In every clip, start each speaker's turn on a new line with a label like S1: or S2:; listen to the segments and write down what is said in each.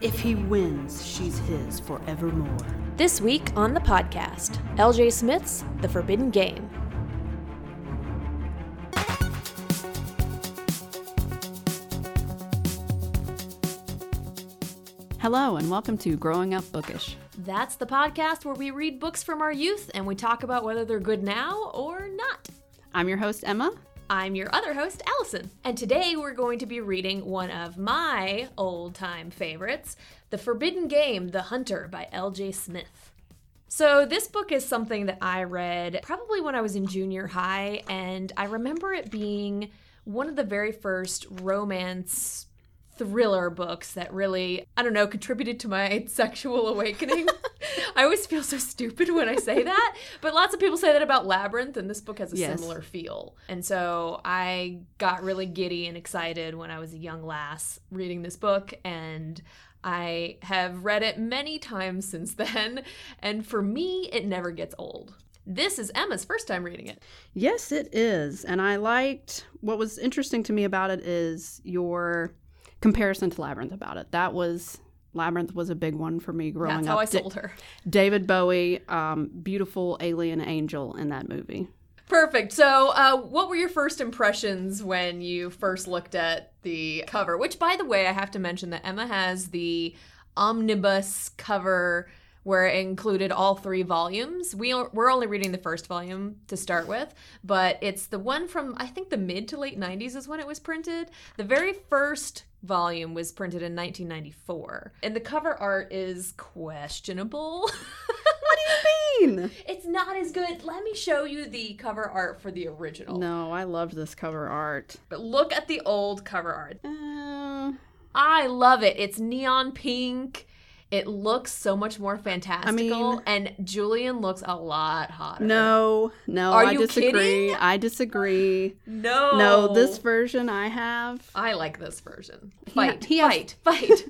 S1: If he wins, she's his forevermore.
S2: This week on the podcast, LJ Smith's The Forbidden Game.
S3: Hello, and welcome to Growing Up Bookish.
S2: That's the podcast where we read books from our youth and we talk about whether they're good now or not.
S3: I'm your host, Emma.
S2: I'm your other host, Allison. And today we're going to be reading one of my old time favorites The Forbidden Game The Hunter by L.J. Smith. So, this book is something that I read probably when I was in junior high, and I remember it being one of the very first romance thriller books that really, I don't know, contributed to my sexual awakening. I always feel so stupid when I say that, but lots of people say that about Labyrinth, and this book has a
S3: Yes.
S2: similar feel. And so I got really giddy and excited when I was a young lass reading this book, and I have read it many times since then. And for me, it never gets old. This is Emma's first time reading it.
S3: Yes, it is. And I liked what was interesting to me about it is your comparison to Labyrinth about it. That was Labyrinth was a big one for me growing
S2: That's
S3: up.
S2: how I
S3: Da-
S2: sold her.
S3: David Bowie, um, beautiful alien angel in that movie.
S2: Perfect. So, uh, what were your first impressions when you first looked at the cover? Which, by the way, I have to mention that Emma has the omnibus cover where it included all three volumes. We are, we're only reading the first volume to start with, but it's the one from I think the mid to late 90s is when it was printed. The very first volume was printed in 1994, and the cover art is questionable. It's not as good. Let me show you the cover art for the original.
S3: No, I loved this cover art.
S2: But look at the old cover art.
S3: Uh,
S2: I love it. It's neon pink. It looks so much more fantastical. and Julian looks a lot hotter.
S3: no, no,
S2: Are
S3: I
S2: you
S3: disagree.
S2: kidding? Oh.
S3: I disagree.
S2: No.
S3: No, this version I have.
S2: I like this version. Fight.
S3: he has-
S2: fight. Fight.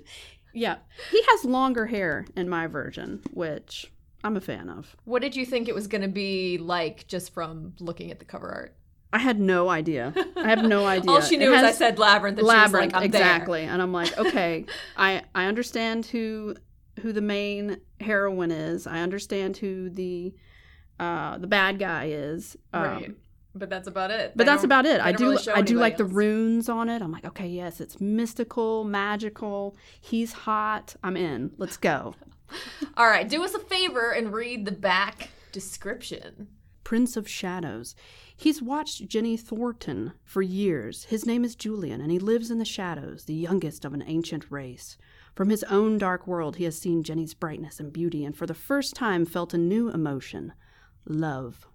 S3: Yeah. He has longer hair in my version, which I'm a fan of.
S2: what did you think it was going to be like just from looking at the cover art?
S3: I had no idea. I have no idea.
S2: All she
S3: It
S2: knew was I
S3: has
S2: said labyrinth and
S3: labyrinth
S2: she was like, I'm
S3: exactly, and I'm like, okay, I I understand who who the main heroine is. I understand who the uh the bad guy is. Um,
S2: there. Right. But that's about it.
S3: But
S2: They
S3: that's
S2: don't-
S3: about it.
S2: they
S3: I
S2: don't
S3: do
S2: really show
S3: I do
S2: anybody
S3: like the
S2: else.
S3: runes on it. I'm like, okay, yes, it's mystical, magical. He's hot. I'm in. Let's go.
S2: All right, do us a favor and read the back description.
S3: Prince of Shadows. He's watched Jenny Thornton for years. His name is Julian, and he lives in the shadows, the youngest of an ancient race. From his own dark world, he has seen Jenny's brightness and beauty, and for the first time felt a new emotion love.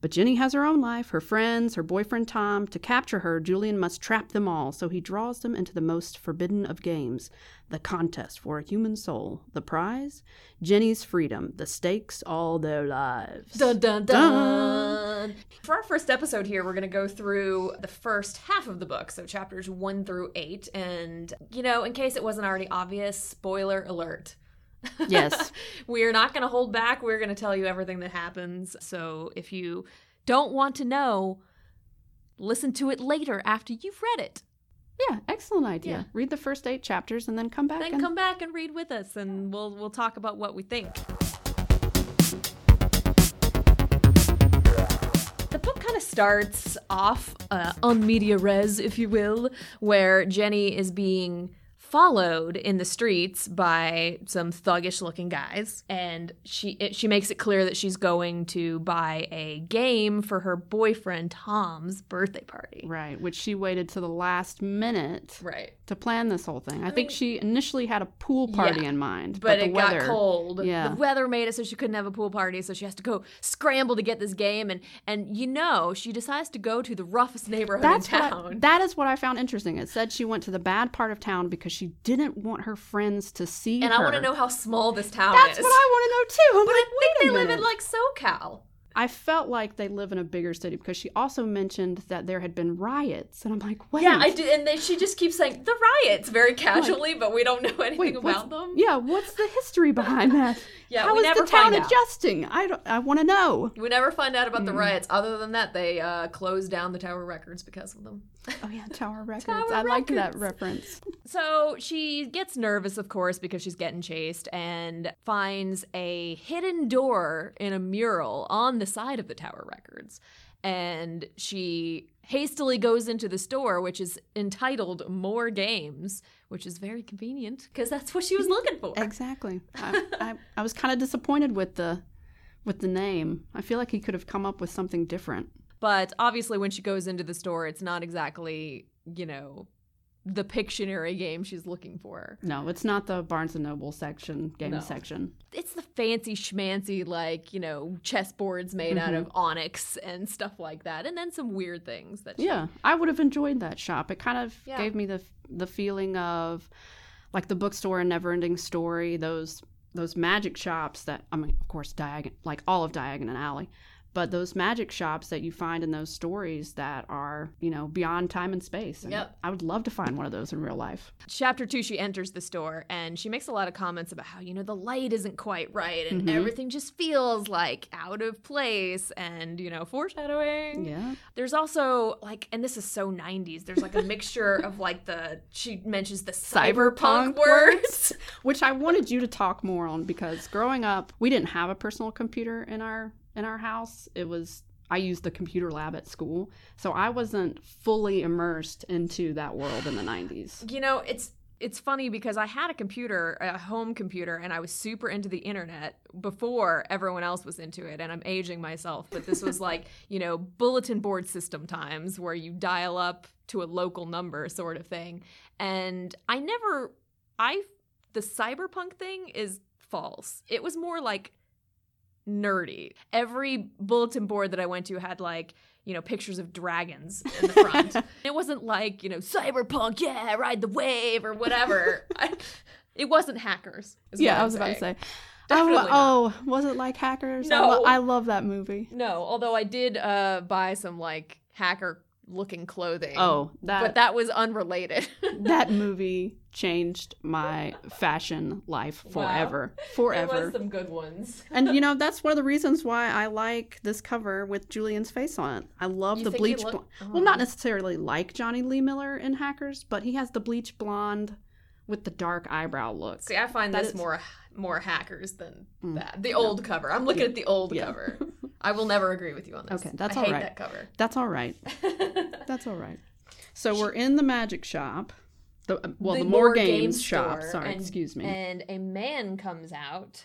S3: But Jenny has her own life, her friends, her boyfriend Tom. To capture her, Julian must trap them all, so he draws them into the most forbidden of games the contest for a human soul. The prize? Jenny's freedom. The stakes all their lives.
S2: Dun dun
S3: Dun.
S2: dun. For our first episode here, we're going to go through the first half of the book, so chapters 1 through 8, and you know, in case it wasn't already obvious, spoiler alert.
S3: Yes.
S2: We're not going to hold back. We're going to tell you everything that happens. So if you don't want to know, listen to it later after you've read it.
S3: Yeah, excellent idea. Read the first eight chapters and then come back.
S2: Then
S3: and
S2: come back and read with us and we'll we'll talk about what we think. The book kind of starts off uh, on media res, if you will, where Jenny is being followed in the streets by some thuggish looking guys and she it, she makes it clear that she's going to buy a game for her boyfriend Tom's birthday party.
S3: Right, which she waited to the last minute
S2: Right.
S3: to plan this whole thing. I, think
S2: mean-
S3: she initially had a pool party
S2: Yeah,
S3: in mind,
S2: but,
S3: the
S2: it
S3: weather,
S2: got cold.
S3: Yeah.
S2: The weather made it so she couldn't have a pool party, so she has to go scramble to get this game and and you know, she decides to go to the roughest neighborhood
S3: That's
S2: in
S3: what I-
S2: town.
S3: that is what I found interesting. It said she went to the bad part of town because she didn't want her friends to see
S2: and
S3: her.
S2: I want to know how small this town
S3: That's
S2: is.
S3: what I want to know too. I'm
S2: but
S3: like,
S2: I think
S3: wait
S2: they
S3: a
S2: live in
S3: minute.
S2: like SoCal.
S3: I felt like they live in a bigger city because she also mentioned that there had been riots, and I'm like, wait,
S2: Yeah, I do, and then she just keeps saying the riots very casually, but we don't know anything
S3: wait, what's-
S2: about them.
S3: Yeah, what's the history behind that?
S2: Yeah,
S3: How
S2: we
S3: is
S2: never
S3: the town
S2: find out.
S3: adjusting? I don't, I want to know.
S2: We never find out about
S3: Mm.
S2: the riots. Other than that, they uh, closed down the Tower Records because of them.
S3: Oh yeah, Tower Records.
S2: Tower
S3: I liked that
S2: Records.
S3: reference.
S2: So she gets nervous, of course, because she's getting chased and finds a hidden door in a mural on the side of the Tower Records. And she hastily goes into the store, which is entitled More Games, which is very convenient because that's what she was looking for.
S3: Exactly. I, I, I was kind of disappointed with the with the name. I feel like he could have come up with something different.
S2: But obviously, when she goes into the store, it's not exactly, you know, the Pictionary game she's looking for.
S3: No, it's not the Barnes and Noble section game
S2: No.
S3: section.
S2: It's the fancy schmancy, like, you know, chessboards made out
S3: Mm-hmm.
S2: of onyx and stuff like that. And then some weird things that she.
S3: Yeah, I would have enjoyed that shop. It kind of
S2: Yeah.
S3: gave me the the feeling of like the bookstore and Neverending Story, those those magic shops that I mean, of course, Diagon like all of Diagon and Alley, but those magic shops that you find in those stories that are you know beyond time and space. And
S2: Yep.
S3: I would love to find one of those in real life.
S2: Chapter two, she enters the store and she makes a lot of comments about how, you know, the light isn't quite right and
S3: Mm-hmm.
S2: everything just feels like out of place and, you know, foreshadowing.
S3: Yeah,
S2: There's also like, and this is so 90s. There's like a mixture of like the she mentions the cyberpunk,
S3: Cyberpunk
S2: words.
S3: which I wanted you to talk more on because growing up, we didn't have a personal computer in our in our house. It was I used the computer lab at school, so I wasn't fully immersed into that world in the 90s.
S2: You know, it's it's funny because I had a computer, a home computer, and I was super into the internet before everyone else was into it. And I'm aging myself, but this was like you know bulletin board system times where you dial up to a local number sort of thing. And I never, I the cyberpunk thing is false. It was more like nerdy. Every bulletin board that I went to had like, you know, pictures of dragons in the front. it wasn't like, you know, cyberpunk, yeah, ride the wave or whatever. I, it wasn't hackers. is what
S3: Yeah, I
S2: I'm
S3: was about to
S2: saying.
S3: say. Oh,
S2: Definitely
S3: oh, was it like hackers? I,
S2: No.
S3: lo- I love that movie.
S2: No, although I did uh, buy some like hacker looking clothing.
S3: Oh, that
S2: But that was unrelated.
S3: that movie changed my fashion life
S2: Wow.
S3: forever. Forever.
S2: there was some good ones.
S3: and you know that's one of the reasons why I like this cover with Julian's face on it. I love
S2: You
S3: the
S2: think he
S3: bleach.
S2: look-
S3: blonde.
S2: Oh.
S3: Well, not necessarily like Johnny Lee Miller in Hackers, but he has the bleach blonde with the dark eyebrow look.
S2: See, I find
S3: That
S2: this
S3: is- Mm.
S2: more more hackers than that. The old cover. I'm looking at the old
S3: Yeah.
S2: cover. I will never agree with you on this.
S3: Okay, that's
S2: I
S3: all
S2: hate
S3: right.
S2: that cover.
S3: That's all right. that's all right. So we're in the magic shop. The uh, well, the, more, games, shop.
S2: store,
S3: Sorry,
S2: and-
S3: excuse me.
S2: And a man comes out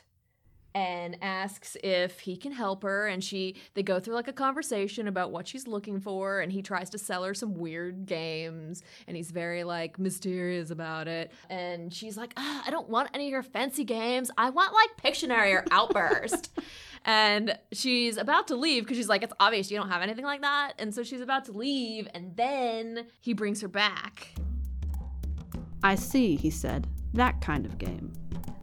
S2: and asks if he can help her and she they go through like a conversation about what she's looking for and he tries to sell her some weird games and he's very like mysterious about it and she's like ah, I don't want any of your fancy games I want like Pictionary or Outburst and she's about to leave because she's like it's obvious you don't have anything like that and so she's about to leave and then he brings her back
S3: I see, he said. That kind of game.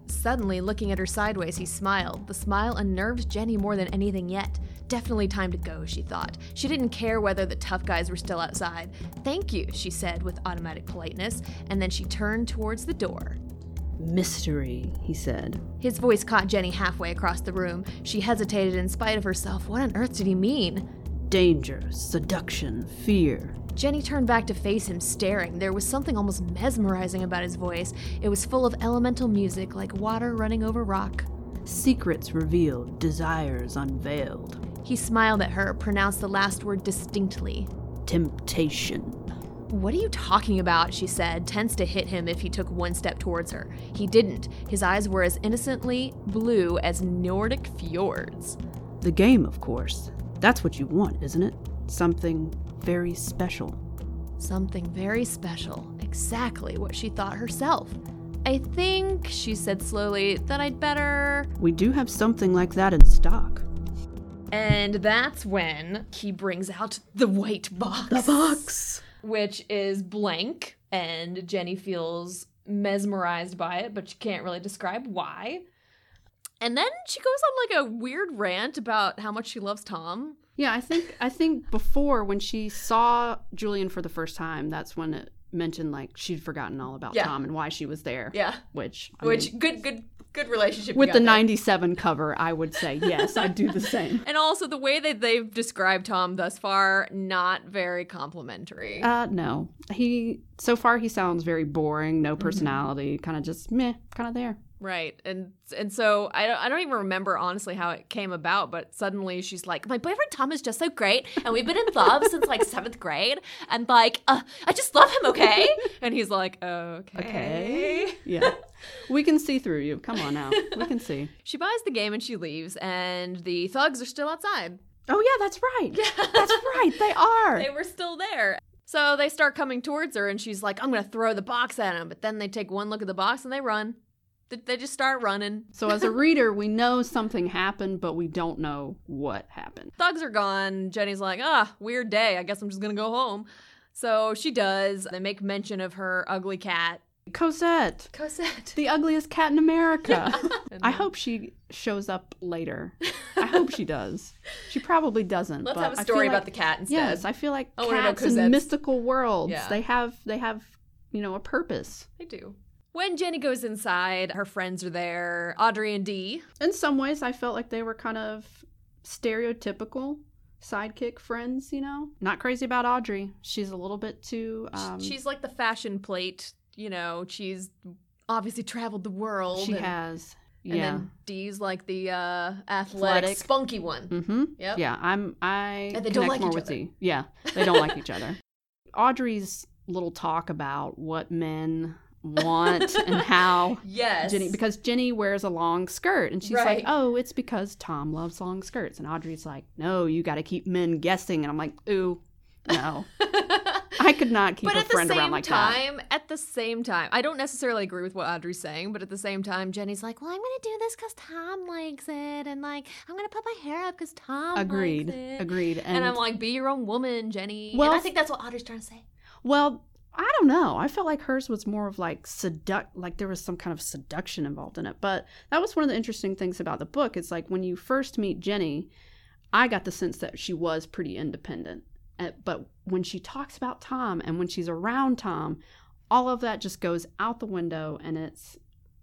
S2: Suddenly, looking at her sideways, he smiled. The smile unnerved Jenny more than anything yet. Definitely time to go, she thought. She didn't care whether the tough guys were still outside. Thank you, she said with automatic politeness, and then she turned towards the door.
S3: Mystery, he said.
S2: His voice caught Jenny halfway across the room. She hesitated in spite of herself. What on earth did he mean?
S3: Danger, seduction, fear.
S2: Jenny turned back to face him, staring. There was something almost mesmerizing about his voice. It was full of elemental music, like water running over rock.
S3: Secrets revealed, desires unveiled.
S2: He smiled at her, pronounced the last word distinctly.
S3: Temptation.
S2: What are you talking about? she said, tense to hit him if he took one step towards her. He didn't. His eyes were as innocently blue as Nordic fjords.
S3: The game, of course. That's what you want, isn't it? Something very special.
S2: Something very special. Exactly what she thought herself. I think, she said slowly, that I'd better.
S3: We do have something like that in stock.
S2: And that's when he brings out the white box.
S3: box!
S2: which is blank, and Jenny feels mesmerized by it, but she can't really describe why. And then she goes on like a weird rant about how much she loves Tom.
S3: Yeah, I think I think before when she saw Julian for the first time, that's when it mentioned like she'd forgotten all about
S2: Yeah.
S3: Tom and why she was there.
S2: Yeah.
S3: Which I mean,
S2: Which good good good relationship. you
S3: with
S2: got
S3: the
S2: there.
S3: 97 cover, I would say yes, I'd do the same.
S2: And also the way that they've described Tom thus far, not very complimentary.
S3: Uh no. He so far he sounds very boring,
S2: Mm-hmm.
S3: no personality, kind of just meh, kind of there.
S2: Right. And and so I don't, I don't even remember honestly how it came about, but suddenly she's like, "My boyfriend Tom is just so great, and we've been in love since like 7th grade, and like uh, I just love him, okay?" And he's like, "Okay."
S3: Yeah. we can see through you. Come on now. We can see.
S2: She buys the game and she leaves, and the thugs are still outside.
S3: Oh yeah, that's right. That's right. They are.
S2: They were still there. So they start coming towards her, and she's like, "I'm going to throw the box at him." But then they take one look at the box and they run. They- They just start running.
S3: So as a reader, we know something happened, but we don't know what happened.
S2: thugs are gone. Jenny's like, ah, weird day. I guess I'm just gonna go home. So she does. They make mention of her ugly cat,
S3: Cosette,
S2: Cosette.
S3: the ugliest cat in America.
S2: And
S3: I
S2: then-
S3: hope she shows up later. I hope she does. She probably doesn't.
S2: Let's
S3: but
S2: have
S3: I
S2: a story
S3: feel
S2: about the
S3: like-
S2: cat instead.
S3: Yes, I feel like
S2: I wanna know
S3: cats in
S2: Cosette's-
S3: mystical worlds.
S2: Yeah.
S3: They have they have you know a purpose.
S2: I do. When Jenny goes inside, her friends are there. Audrey and Dee.
S3: In some ways, I felt like they were kind of stereotypical sidekick friends. You know, not crazy about Audrey. She's a little bit too. Um,
S2: she's like the fashion plate. You know, she's obviously traveled the world.
S3: she
S2: and,
S3: has
S2: And
S3: yeah.
S2: then Dee's like the uh, athletic,
S3: Athletic.
S2: spunky one.
S3: Mm-hmm.
S2: Yep.
S3: Yeah, I'm. I
S2: And they
S3: connect
S2: don't like
S3: more
S2: each
S3: with
S2: other.
S3: the. Yeah, they don't like each other. Audrey's little talk about what men want and how
S2: Yes.
S3: Jenny, because Jenny wears a long skirt, and she's
S2: Right.
S3: like, "Oh, it's because Tom loves long skirts." And Audrey's like, "No, you got to keep men guessing." And I'm like, "Ooh, no, I could not keep
S2: but
S3: a
S2: at the
S3: friend
S2: same
S3: around like that."
S2: time, at the same time, I don't necessarily agree with what Audrey's saying, but at the same time, Jenny's like, "Well, I'm gonna do this because Tom likes it, and like I'm gonna put my hair up because Tom
S3: Agreed,
S2: likes it."
S3: agreed. And,
S2: And, I'm like, "Be your own woman, Jenny."
S3: Well,
S2: and I think that's what Audrey's trying to say.
S3: well, I don't know. I felt like hers was more of like seduct, like there was some kind of seduction involved in it. But that was one of the interesting things about the book. It's like when you first meet Jenny, I got the sense that she was pretty independent. Uh, But when she talks about Tom and when she's around Tom, all of that just goes out the window and it's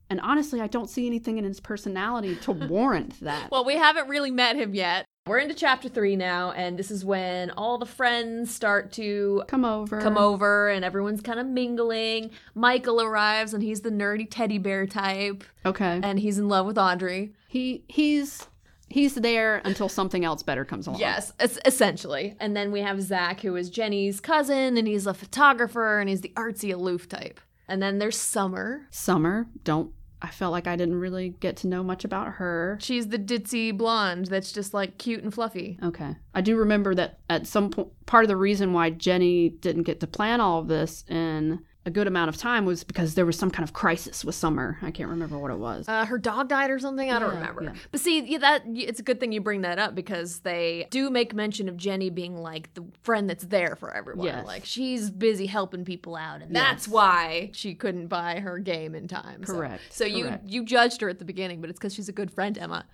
S3: and honestly I don't see anything in his personality to warrant that.
S2: Well, we haven't really met him yet. We're into chapter three now, and this is when all the friends start to
S3: come over.
S2: come over, and everyone's kind of mingling. Michael arrives, and he's the nerdy teddy bear type,
S3: Okay.
S2: and he's in love with Audrey.
S3: He he's he's there until something else better comes along.
S2: Yes, es- essentially. And then we have Zach, who is Jenny's cousin, and he's a photographer, and he's the artsy, aloof type. And then there's Summer.
S3: Summer, don't I felt like I didn't really get to know much about her.
S2: She's the ditzy blonde that's just like cute and fluffy.
S3: Okay. I do remember that at some point part of the reason why Jenny didn't get to plan all of this in a good amount of time was because there was some kind of crisis with Summer. I can't remember what it was.
S2: Uh, her dog died or something. I don't
S3: Yeah,
S2: remember.
S3: yeah.
S2: But see, yeah, that y- it's a good thing you bring that up because they do make mention of Jenny being like the friend that's there for everyone.
S3: Yes.
S2: Like she's busy helping people out, and that's
S3: Yes.
S2: why she couldn't buy her game in time. So-
S3: Correct,
S2: So,
S3: correct.
S2: you you judged her at the beginning, but it's because she's a good friend, Emma.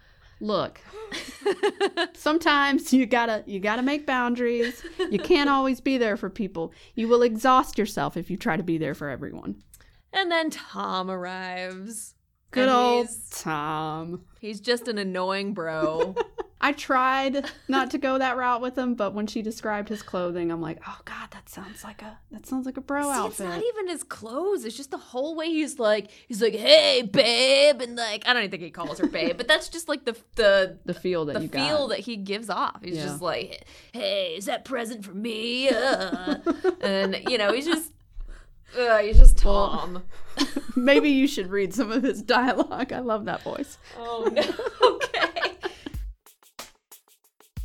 S3: Look. sometimes you got to you got to make boundaries. You can't always be there for people. You will exhaust yourself if you try to be there for everyone.
S2: And then Tom arrives.
S3: Good
S2: And
S3: old
S2: He's,
S3: Tom.
S2: he's just an annoying bro.
S3: I tried not to go that route with him, but when she described his clothing, I'm like, oh god, that sounds like a that sounds like a bro
S2: See, it's
S3: outfit.
S2: not even his clothes. It's just the whole way he's like, he's like, hey, babe. And like, I don't even think he calls her babe, but that's just like the, the,
S3: the feel that
S2: the
S3: you
S2: feel
S3: got.
S2: that he gives off. He's
S3: Yeah.
S2: just like, hey, is that present for me? Uh. and, you know, he's just, uh, he's just Tom.
S3: Maybe you should read some of his dialogue. I love that voice.
S2: Oh no. okay.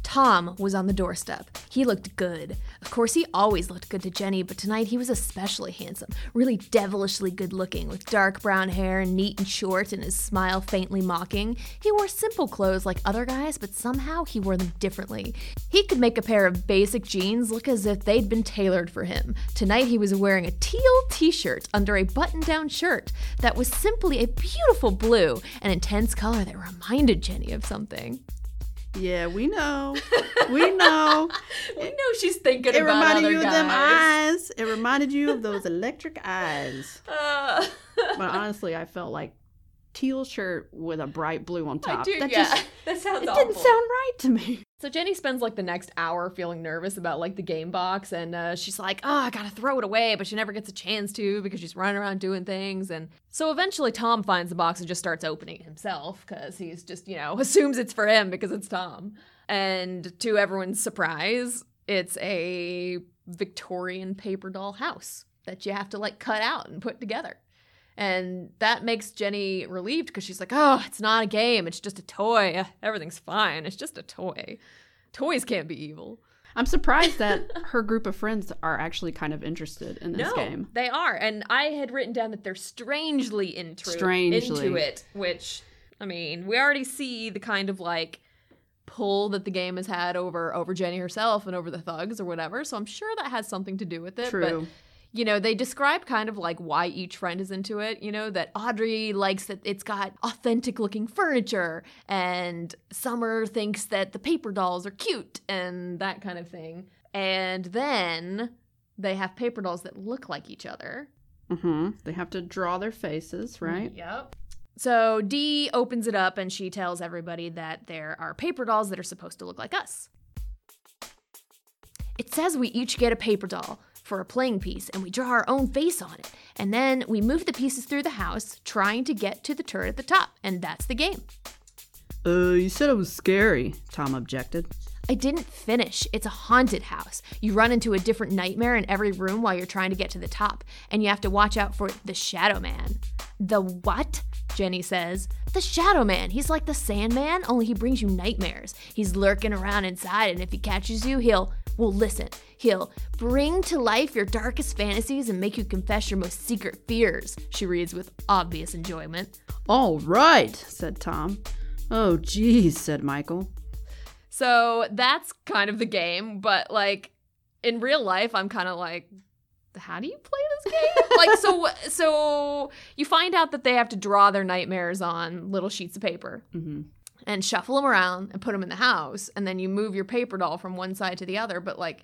S2: Tom was on the doorstep. He looked good. Of course, he always looked good to Jenny, but tonight he was especially handsome, really devilishly good looking, with dark brown hair, neat and short, and his smile faintly mocking. He wore simple clothes like other guys, but somehow he wore them differently. He could make a pair of basic jeans look as if they'd been tailored for him. Tonight he was wearing a teal t shirt under a button down shirt that was simply a beautiful blue, an intense color that reminded Jenny of something.
S3: Yeah, we know. We know.
S2: We know she's thinking
S3: it
S2: about
S3: reminded
S2: other
S3: you of
S2: guys.
S3: them eyes. It reminded you of those electric eyes.
S2: Uh,
S3: But honestly, I felt like teal shirt with a bright blue on top.
S2: I do,
S3: that
S2: yeah.
S3: just
S2: that sounds
S3: it
S2: awful.
S3: didn't sound right to me.
S2: So Jenny spends like the next hour feeling nervous about like the game box, and uh, she's like, "Oh, I gotta throw it away," but she never gets a chance to because she's running around doing things. And so eventually, Tom finds the box and just starts opening it himself because he's just you know assumes it's for him because it's Tom. And to everyone's surprise, it's a Victorian paper doll house that you have to like cut out and put together. And that makes Jenny relieved because she's like, oh, it's not a game. It's just a toy. Everything's fine. It's just a toy. Toys can't be evil.
S3: I'm surprised that her group of friends are actually kind of interested in this
S2: no,
S3: game.
S2: they are. And I had written down that they're strangely into,
S3: Strangely.
S2: into it, which, I mean, we already see the kind of like pull that the game has had over over Jenny herself and over the thugs or whatever. So I'm sure that has something to do with it. But
S3: True.
S2: you know, they describe kind of like why each friend is into it. You know, that Audrey likes that it's got authentic looking furniture, and Summer thinks that the paper dolls are cute and that kind of thing. And then they have paper dolls that look like each other.
S3: hmm They have to draw their faces, right?
S2: Yep. So Dee opens it up and she tells everybody that there are paper dolls that are supposed to look like us. It says we each get a paper doll for a playing piece and we draw our own face on it. And then we move the pieces through the house trying to get to the turret at the top. And that's the game.
S3: Uh, you said it was scary. Tom objected.
S2: I didn't finish. It's a haunted house. You run into a different nightmare in every room while you're trying to get to the top, and you have to watch out for the Shadow Man. The what? Jenny says. The Shadow Man. He's like the Sandman, only he brings you nightmares. He's lurking around inside, and if he catches you, he'll. Well, listen, he'll bring to life your darkest fantasies and make you confess your most secret fears, she reads with obvious enjoyment.
S3: All right, said Tom. Oh, geez, said Michael.
S2: So that's kind of the game, but like in real life, I'm kind of like, how do you play this game? like, so so you find out that they have to draw their nightmares on little sheets of paper
S3: hmm
S2: and shuffle them around and put them in the house, and then you move your paper doll from one side to the other. But like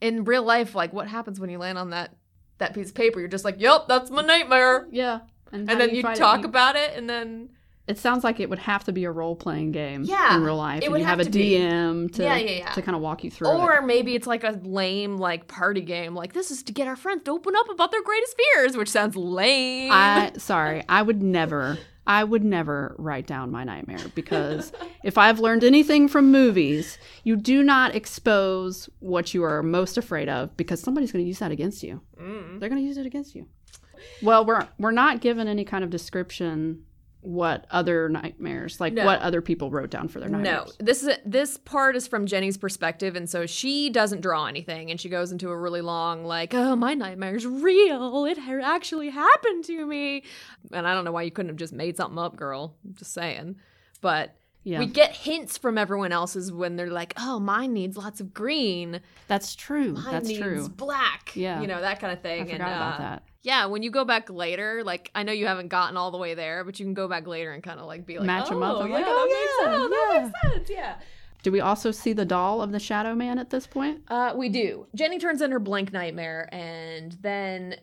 S2: in real life, like what happens when you land on that that piece of paper? You're just like, yup, that's my nightmare,
S3: Yeah. how
S2: and
S3: do
S2: then you
S3: fight it?
S2: talk about it, and then
S3: It sounds like it would have to be a role playing game
S2: Yeah,
S3: in real life.
S2: it
S3: and
S2: would
S3: you
S2: have
S3: have, a
S2: to be.
S3: DM to,
S2: Yeah, yeah, yeah.
S3: to kind of walk you through
S2: Or
S3: it.
S2: maybe it's like a lame like party game. Like this is to get our friends to open up about their greatest fears, which sounds lame.
S3: I sorry, I would never I would never write down my nightmare because if I've learned anything from movies, you do not expose what you are most afraid of because somebody's going to use that against you.
S2: Mm.
S3: They're going to use it against you. Well, we're we're not given any kind of description what other nightmares like
S2: No.
S3: what other people wrote down for their
S2: No,
S3: nightmares.
S2: this is this part is from Jenny's perspective, and so she doesn't draw anything, and she goes into a really long like, "Oh, my nightmare's real. It ha- actually happened to me," and I don't know why you couldn't have just made something up, girl. I'm just saying, but.
S3: Yeah.
S2: We get hints from everyone else's when they're like, "Oh, mine needs lots of green.
S3: That's true.
S2: Mine
S3: That's
S2: needs
S3: true.
S2: black.
S3: Yeah.
S2: you know that kind of thing.
S3: I
S2: and,
S3: forgot about
S2: uh,
S3: that.
S2: Yeah, when you go back later, like I know you haven't gotten all the way there, but you can go back later and kind of like be like,
S3: Match
S2: oh,
S3: 'em up. I'm
S2: yeah,
S3: like,
S2: that
S3: oh, yeah,
S2: makes sense. That makes sense. Yeah.
S3: Do we also see the doll of the shadow man at this point?
S2: Uh, we do. Jenny turns in her blank nightmare, and then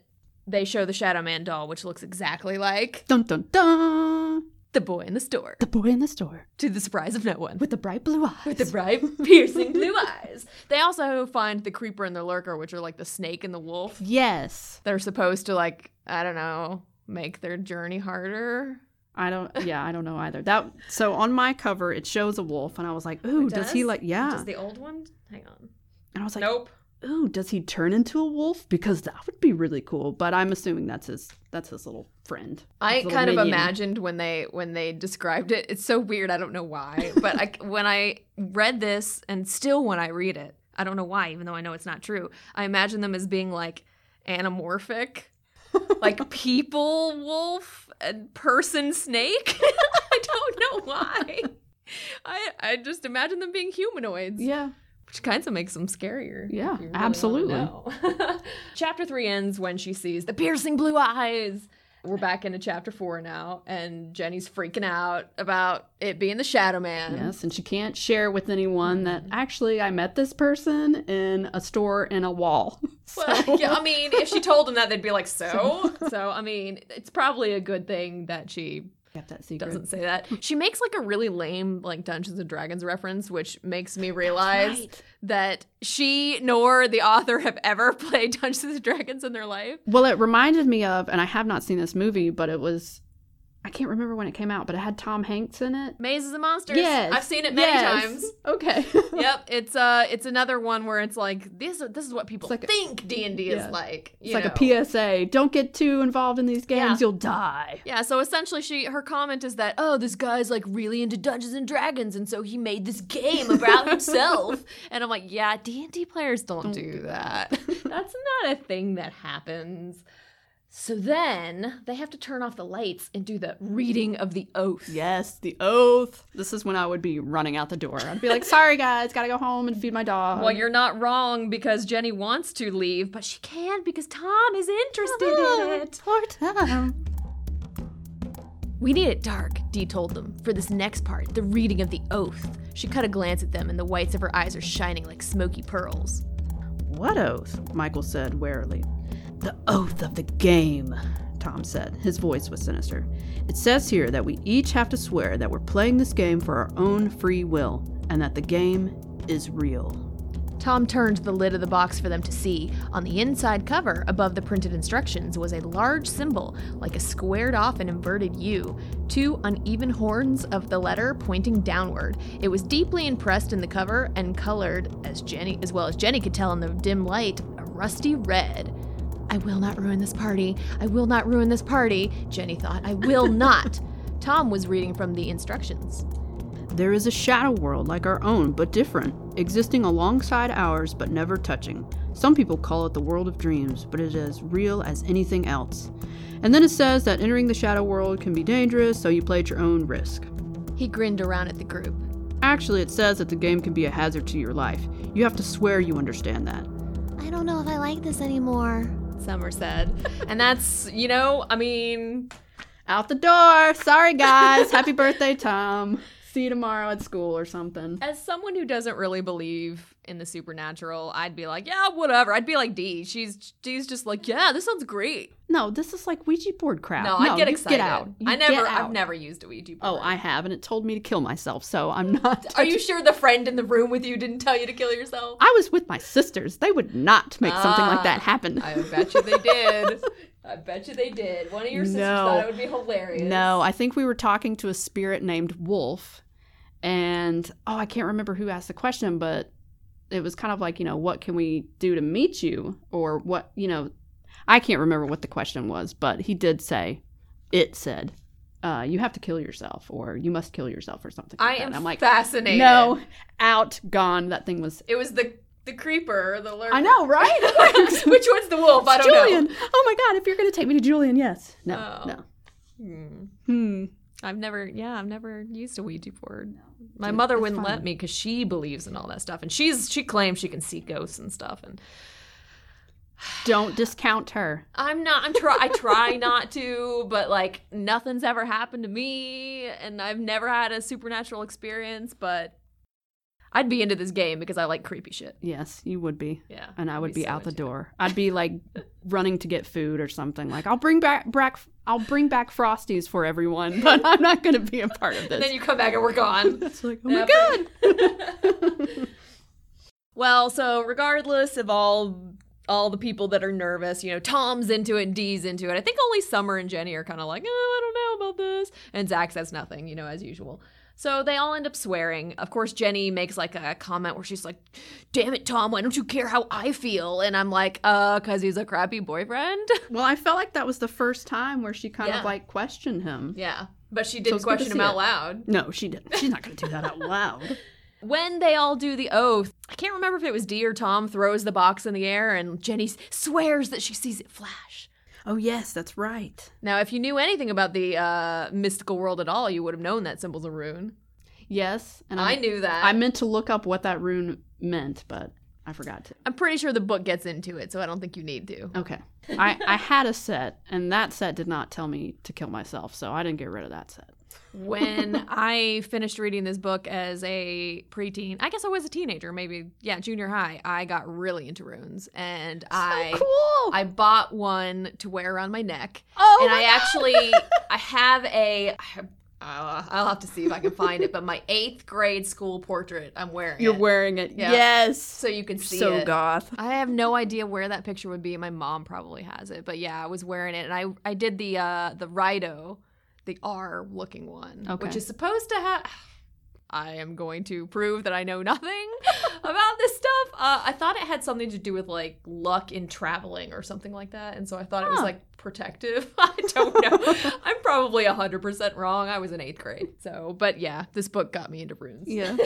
S2: they show the Shadow Man doll, which looks exactly like
S3: Dun dun dun.
S2: the boy in the store,
S3: The boy in the store
S2: to the surprise of no one.
S3: with the bright blue eyes.
S2: With the bright, piercing blue eyes. They also find the creeper and the lurker, which are like the snake and the wolf.
S3: yes.
S2: They're supposed to like, I don't know, make their journey harder.
S3: I don't. Yeah, I don't know either. That. So on my cover, it shows a wolf, and I was like,
S2: Oh,
S3: "Ooh,
S2: it
S3: does? he
S2: does?
S3: like? Yeah."
S2: Does the old one? Hang on.
S3: and I was like,
S2: nope.
S3: "Ooh, does he turn into a wolf? Because that would be really cool." But I'm assuming that's his. That's his little friend.
S2: I
S3: his little
S2: kind of
S3: minion.
S2: imagined when they when they described it. It's so weird. I don't know why, but I, when I read this, and still when I read it, I don't know why, even though I know it's not true. I imagine them as being like anamorphic, like people wolf and person snake. I don't know why. I I just imagine them being humanoids
S3: Yeah.
S2: which kind of makes them scarier. if
S3: Yeah,
S2: you wanna
S3: absolutely.
S2: know. chapter three ends when she sees the piercing blue eyes. We're back into chapter four now, and Jenny's freaking out about it being the Shadow Man.
S3: Yes, and she can't share with anyone that actually I met this person in a store in a wall. So,
S2: Well, yeah, I mean, if she told them that, they'd be like, so? So, I mean, it's probably a good thing that she
S3: kept that secret.
S2: doesn't say that. She makes like a really lame, like, Dungeons and Dragons reference, which makes me realize
S3: right.
S2: that she nor the author have ever played Dungeons and Dragons in their life.
S3: Well, it reminded me of, and I have not seen this movie, but it was, I can't remember when it came out, but it had Tom Hanks in it.
S2: Mazes and Monsters.
S3: Yes.
S2: I've seen it many
S3: Yes.
S2: times.
S3: Okay.
S2: yep, it's uh, it's another one where it's like this. This is what people
S3: like a-
S2: think D and D
S3: yeah.
S2: is like.
S3: It's
S2: you
S3: like
S2: know.
S3: a PSA. Don't get too involved in these games,
S2: Yeah.
S3: you'll die.
S2: Yeah, so essentially, she her comment is that oh, this guy's like really into Dungeons and Dragons, and so he made this game about himself. And I'm like, yeah, D and D players don't, do that. That's not a thing that happens. So then they have to turn off the lights and do the reading of the oath.
S3: Yes, the oath. This is when I would be running out the door. I'd be like, sorry guys, gotta go home and feed my dog.
S2: Well, you're not wrong because Jenny wants to leave, but she can't because Tom is interested in it.
S3: Poor Tom.
S2: We need it dark, Dee told them, for this next part, the reading of the oath. She cut a glance at them, and the whites of her eyes are shining like smoky pearls.
S3: What oath? Michael said warily. The oath of the game, Tom said. His voice was sinister. It says here that we each have to swear that we're playing this game for our own free will and that the game is real.
S2: Tom turned the lid of the box for them to see. On the inside cover, above the printed instructions, was a large symbol, like a squared off and inverted U, two uneven horns of the letter pointing downward. It was deeply impressed in the cover and colored, as Jenny as well as Jenny could tell in the dim light, a rusty red. I will not ruin this party. I will not ruin this party, Jenny thought. I will not. Tom was reading from the instructions.
S3: There is a shadow world like our own, but different, existing alongside ours but never touching. Some people call it the world of dreams, but it is as real as anything else. And then it says that entering the shadow world can be dangerous, so you play at your own risk.
S2: He grinned around at the group.
S3: Actually, it says that the game can be a hazard to your life. You have to swear you understand that.
S2: I don't know if I like this anymore, Summer said. and that's, you know, I mean,
S3: Out the door! Sorry, guys! Happy birthday, Tom! See you tomorrow at school or something.
S2: as someone who doesn't really believe in the supernatural, I'd be like, yeah, whatever. I'd be like Dee. She's Dee's just like, yeah, this sounds great.
S3: No, this is like Ouija board crap.
S2: No, I get
S3: you
S2: excited.
S3: Get out. You
S2: I never,
S3: get out.
S2: I've never used a Ouija board.
S3: Oh, I have, and it told me to kill myself, so I'm not.
S2: Are you sure the friend in the room with you didn't tell you to kill yourself?
S3: I was with my sisters. They would not make something like that
S2: Ah,
S3: happen.
S2: I bet you they did. I bet you they did. One of your sisters
S3: No.
S2: thought it would be hilarious.
S3: No, I think we were talking to a spirit named Wolf, and oh, I can't remember who asked the question, but it was kind of like, you know, what can we do to meet you? Or what, you know, I can't remember what the question was, but he did say, it said, uh, you have to kill yourself, or you must kill yourself, or something
S2: I
S3: like that.
S2: am
S3: I'm like,
S2: fascinated.
S3: no, out, gone. That thing was.
S2: It was the the creeper, the lurker.
S3: I know, right?
S2: Which one's the wolf? I don't
S3: Julian. Oh my God! If you're gonna take me to Julian, yes. No,
S2: Oh.
S3: no.
S2: know.
S3: Hmm.
S2: I've never, yeah, I've never used a Ouija board. My mother
S3: it's
S2: wouldn't let
S3: fun.
S2: me because she believes in all that stuff, and she's she claims she can see ghosts and stuff. And
S3: Don't discount her.
S2: I'm not, I'm try, I try not to, but like nothing's ever happened to me, and I've never had a supernatural experience. But I'd be into this game because I like creepy shit.
S3: Yes, you would be.
S2: Yeah,
S3: and I
S2: I'd
S3: would be,
S2: so
S3: out the
S2: into it.
S3: door. I'd be like running to get food or something. Like I'll bring back, brack, I'll bring back frosties for everyone, but I'm not going to be a part of
S2: And
S3: this.
S2: then you come back and we're gone.
S3: it's like, oh my
S2: Never.
S3: god,
S2: Well, so regardless of all all the people that are nervous, you know, Tom's into it and Dee's into it. I think only Summer and Jenny are kind of like, oh, I don't know about this. And Zach says nothing, you know, as usual. So they all end up swearing. Of course, Jenny makes like a comment where she's like, damn it, Tom, why don't you care how I feel? And I'm like, uh, because he's a crappy boyfriend.
S3: Well, I felt like that was the first time where she kind
S2: Yeah.
S3: of like questioned him.
S2: yeah. But she
S3: So
S2: didn't
S3: it's good to
S2: question him
S3: see
S2: out
S3: it.
S2: loud.
S3: No, she didn't. She's not going to do that out loud.
S2: When they all do the oath, I can't remember if it was Dee or Tom throws the box in the air and Jenny s- swears that she sees it flash.
S3: Oh, yes, that's right.
S2: Now, if you knew anything about the uh, mystical world at all, you would have known that symbol's a rune.
S3: Yes. And
S2: I knew that.
S3: I meant to look up what that rune meant, but I forgot to.
S2: I'm pretty sure the book gets into it, so I don't think you need to.
S3: Okay. I, I had a set, and that set did not tell me to kill myself, so I didn't get rid of that set.
S2: when I finished reading this book as a preteen, I guess I was a teenager, maybe yeah, junior high. I got really into runes, and I
S3: cool.
S2: I bought one to wear around my neck,
S3: oh,
S2: and
S3: my
S2: I
S3: God.
S2: actually I have a. Uh, I'll have to see if I can find it, but my eighth grade school portrait I'm wearing.
S3: You're
S2: it,
S3: wearing it.
S2: Yeah.
S3: Yes.
S2: so you can see
S3: So
S2: it.
S3: goth.
S2: I have no idea where that picture would be. My mom probably has it, but yeah, I was wearing it, and I I did the uh the Rido, the R looking one,
S3: Okay.
S2: which is supposed to have. I am going to prove that I know nothing about this stuff. Uh, I thought it had something to do with like luck in traveling or something like that, and so I thought it was
S3: Huh.
S2: like protective. I don't know. I'm probably hundred percent wrong. I was in eighth grade, so but yeah, this book got me into runes.
S3: Yeah.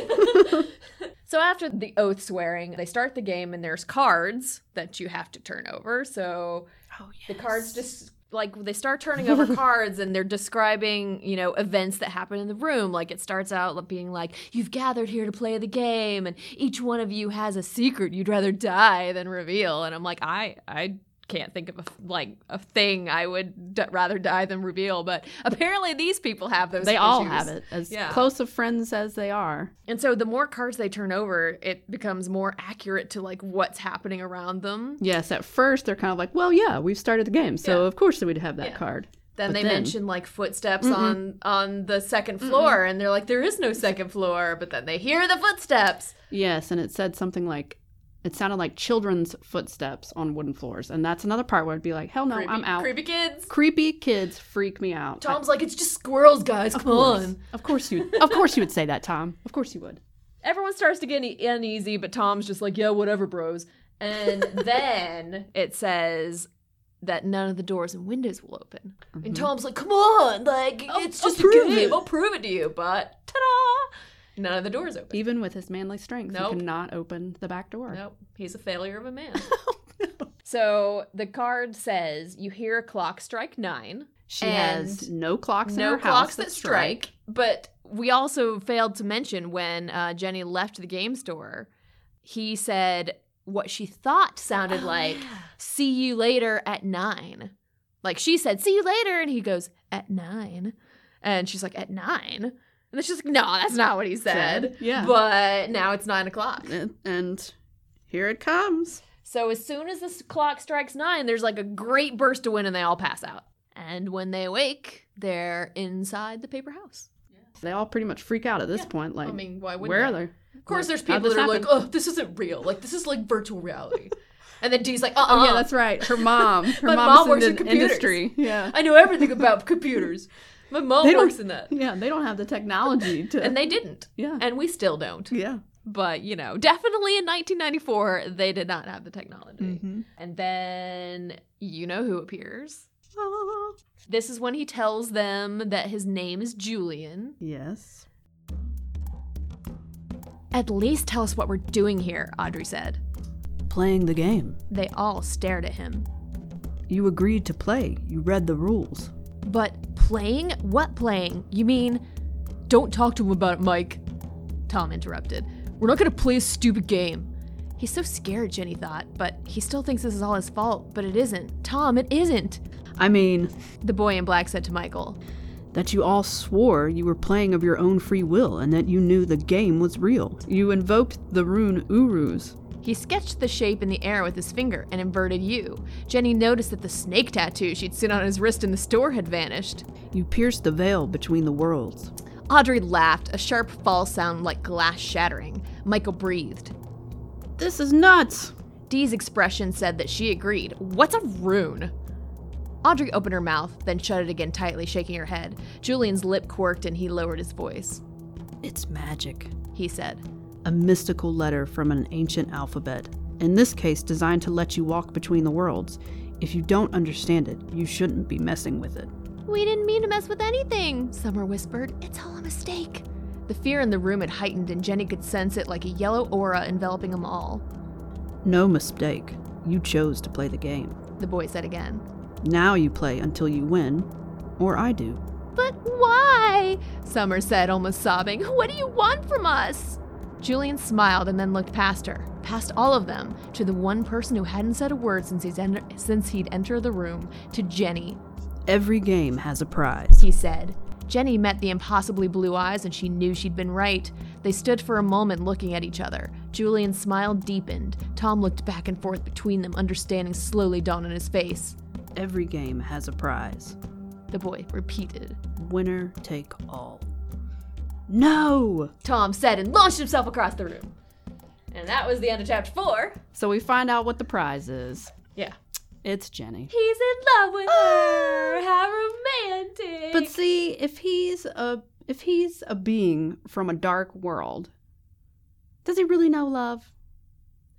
S2: So after the oath swearing, they start the game and there's cards that you have to turn over. So
S3: Oh, yes.
S2: the cards just like they start turning over cards and they're describing, you know, events that happen in the room. Like it starts out being like, you've gathered here to play the game and each one of you has a secret you'd rather die than reveal. And I'm like, I I can't think of a, like a thing I would d- rather die than reveal, but apparently these people have those
S3: They all
S2: issues.
S3: have it, as
S2: Yeah.
S3: close of friends as they are.
S2: And so the more cards they turn over, it becomes more accurate to like what's happening around them.
S3: Yes, at first they're kind of like, well, yeah, we've started the game, so
S2: Yeah.
S3: of course we'd have that
S2: Yeah.
S3: card.
S2: Then
S3: But
S2: they
S3: then-
S2: mention like footsteps on on the second floor and they're like there is no second floor, but then they hear the footsteps.
S3: Yes, and it said something like, it sounded like children's footsteps on wooden floors, and that's another part where I'd be like, hell no,
S2: creepy,
S3: I'm out. Creepy.
S2: Creepy kids.
S3: kids freak me out.
S2: Tom's like it's just squirrels, guys. Come on.
S3: Of course you, of course you would say that, Tom. Of course you would.
S2: Everyone starts to get e- uneasy, but Tom's just like, "Yeah, whatever, bros." And then it says that none of the doors and windows will open. And Tom's like, "Come on, like it's
S3: I'll
S2: just a
S3: prove
S2: game.
S3: it."
S2: Mm-hmm. I'll prove it to you." But ta-da! None of the doors open.
S3: Even with his manly strength,
S2: Nope.
S3: he cannot open the back door.
S2: Nope, he's a failure of a man. Oh, So the card says you hear a clock strike nine.
S3: She
S2: And
S3: has no clocks in
S2: no
S3: her
S2: clocks
S3: house
S2: that strike. But we also failed to mention when uh, Jenny left the game store, he said what she thought sounded
S3: Oh,
S2: like "see you later at nine. Like she said, "see you later," and he goes at nine, and she's like at nine, and then she's like, "No, that's not what he said."
S3: Said, yeah.
S2: But now it's nine o'clock.
S3: And- And here it comes.
S2: So as soon as this clock strikes nine, there's like a great burst of wind, and they all pass out. And when they wake, they're inside the paper house.
S3: They all pretty much freak out at this point. Like,
S2: I mean, why wouldn't
S3: where
S2: they?
S3: are they?
S2: Of course, there's
S3: How'd
S2: people that
S3: this
S2: are like,
S3: happen?
S2: "Oh, this isn't real. Like this is like virtual reality." and then Dee's like, "Uh, uh
S3: Oh, yeah, that's right. Her mom. Her
S2: My
S3: mom's
S2: mom works in
S3: in the
S2: computers.
S3: industry. Yeah.
S2: I know everything about computers. My mom
S3: They don't-
S2: works in that,
S3: Yeah, they don't have the technology to.
S2: and they didn't,
S3: yeah.
S2: and we still don't.
S3: yeah.
S2: But you know, definitely in 1994, they did not have the technology.
S3: Mhm.
S2: And then you know who appears. This is when he tells them that his name is Julian.
S3: Yes.
S2: At least tell us what we're doing here, Audrey said.
S1: Playing the game.
S2: They all stared at him.
S1: You agreed to play. You read the rules.
S2: But playing? What playing? You mean. Don't talk to him about it, Mike. Tom interrupted. We're not gonna play a stupid game. He's so scared, Jenny thought, but he still thinks this is all his fault, but it isn't. Tom, it isn't.
S1: I mean,
S2: The boy in black said to Michael.
S1: that you all swore you were playing of your own free will and that you knew the game was real.
S3: You invoked the rune Uruz.
S2: He sketched the shape in the air with his finger and inverted U. Jenny noticed that the snake tattoo she'd seen on his wrist in the store had vanished.
S1: You pierced the veil between the worlds.
S2: Audrey laughed, a sharp fall sound like glass shattering. Michael breathed.
S3: This is nuts.
S2: Dee's expression said that she agreed. What's a rune? Audrey opened her mouth, then shut it again tightly, shaking her head. Julian's lip quirked and he lowered his voice.
S1: It's magic.
S2: He said,
S1: A mystical letter from an ancient alphabet. In this case, designed to let you walk between the worlds. If you don't understand it, you shouldn't be messing with it.
S2: We didn't mean to mess with anything, Summer whispered. It's all a mistake. The fear in the room had heightened, and Jenny could sense it like a yellow aura enveloping them all.
S1: No mistake. You chose to play the game.
S2: The boy said again.
S1: Now you play until you win, or I do.
S2: But why? Summer said, almost sobbing. What do you want from us? Julian smiled and then looked past her, past all of them, to the one person who hadn't said a word since, he's en- since he'd entered the room, to Jenny,
S1: Every game has a prize.
S2: he said. Jenny met the impossibly blue eyes and she knew she'd been right. They stood for a moment looking at each other. Julian's smile deepened. Tom looked back and forth between them, understanding slowly dawned on his face.
S1: Every game has a prize.
S2: The boy repeated.
S1: Winner take all. No!
S2: Tom said and launched himself across the room. And that was the end of chapter four.
S3: So we find out what the prize is.
S2: Yeah.
S3: It's Jenny. Ah!
S2: He's in love with her. How romantic.
S3: But see, if he's a if he's a being from a dark world, does he really know love?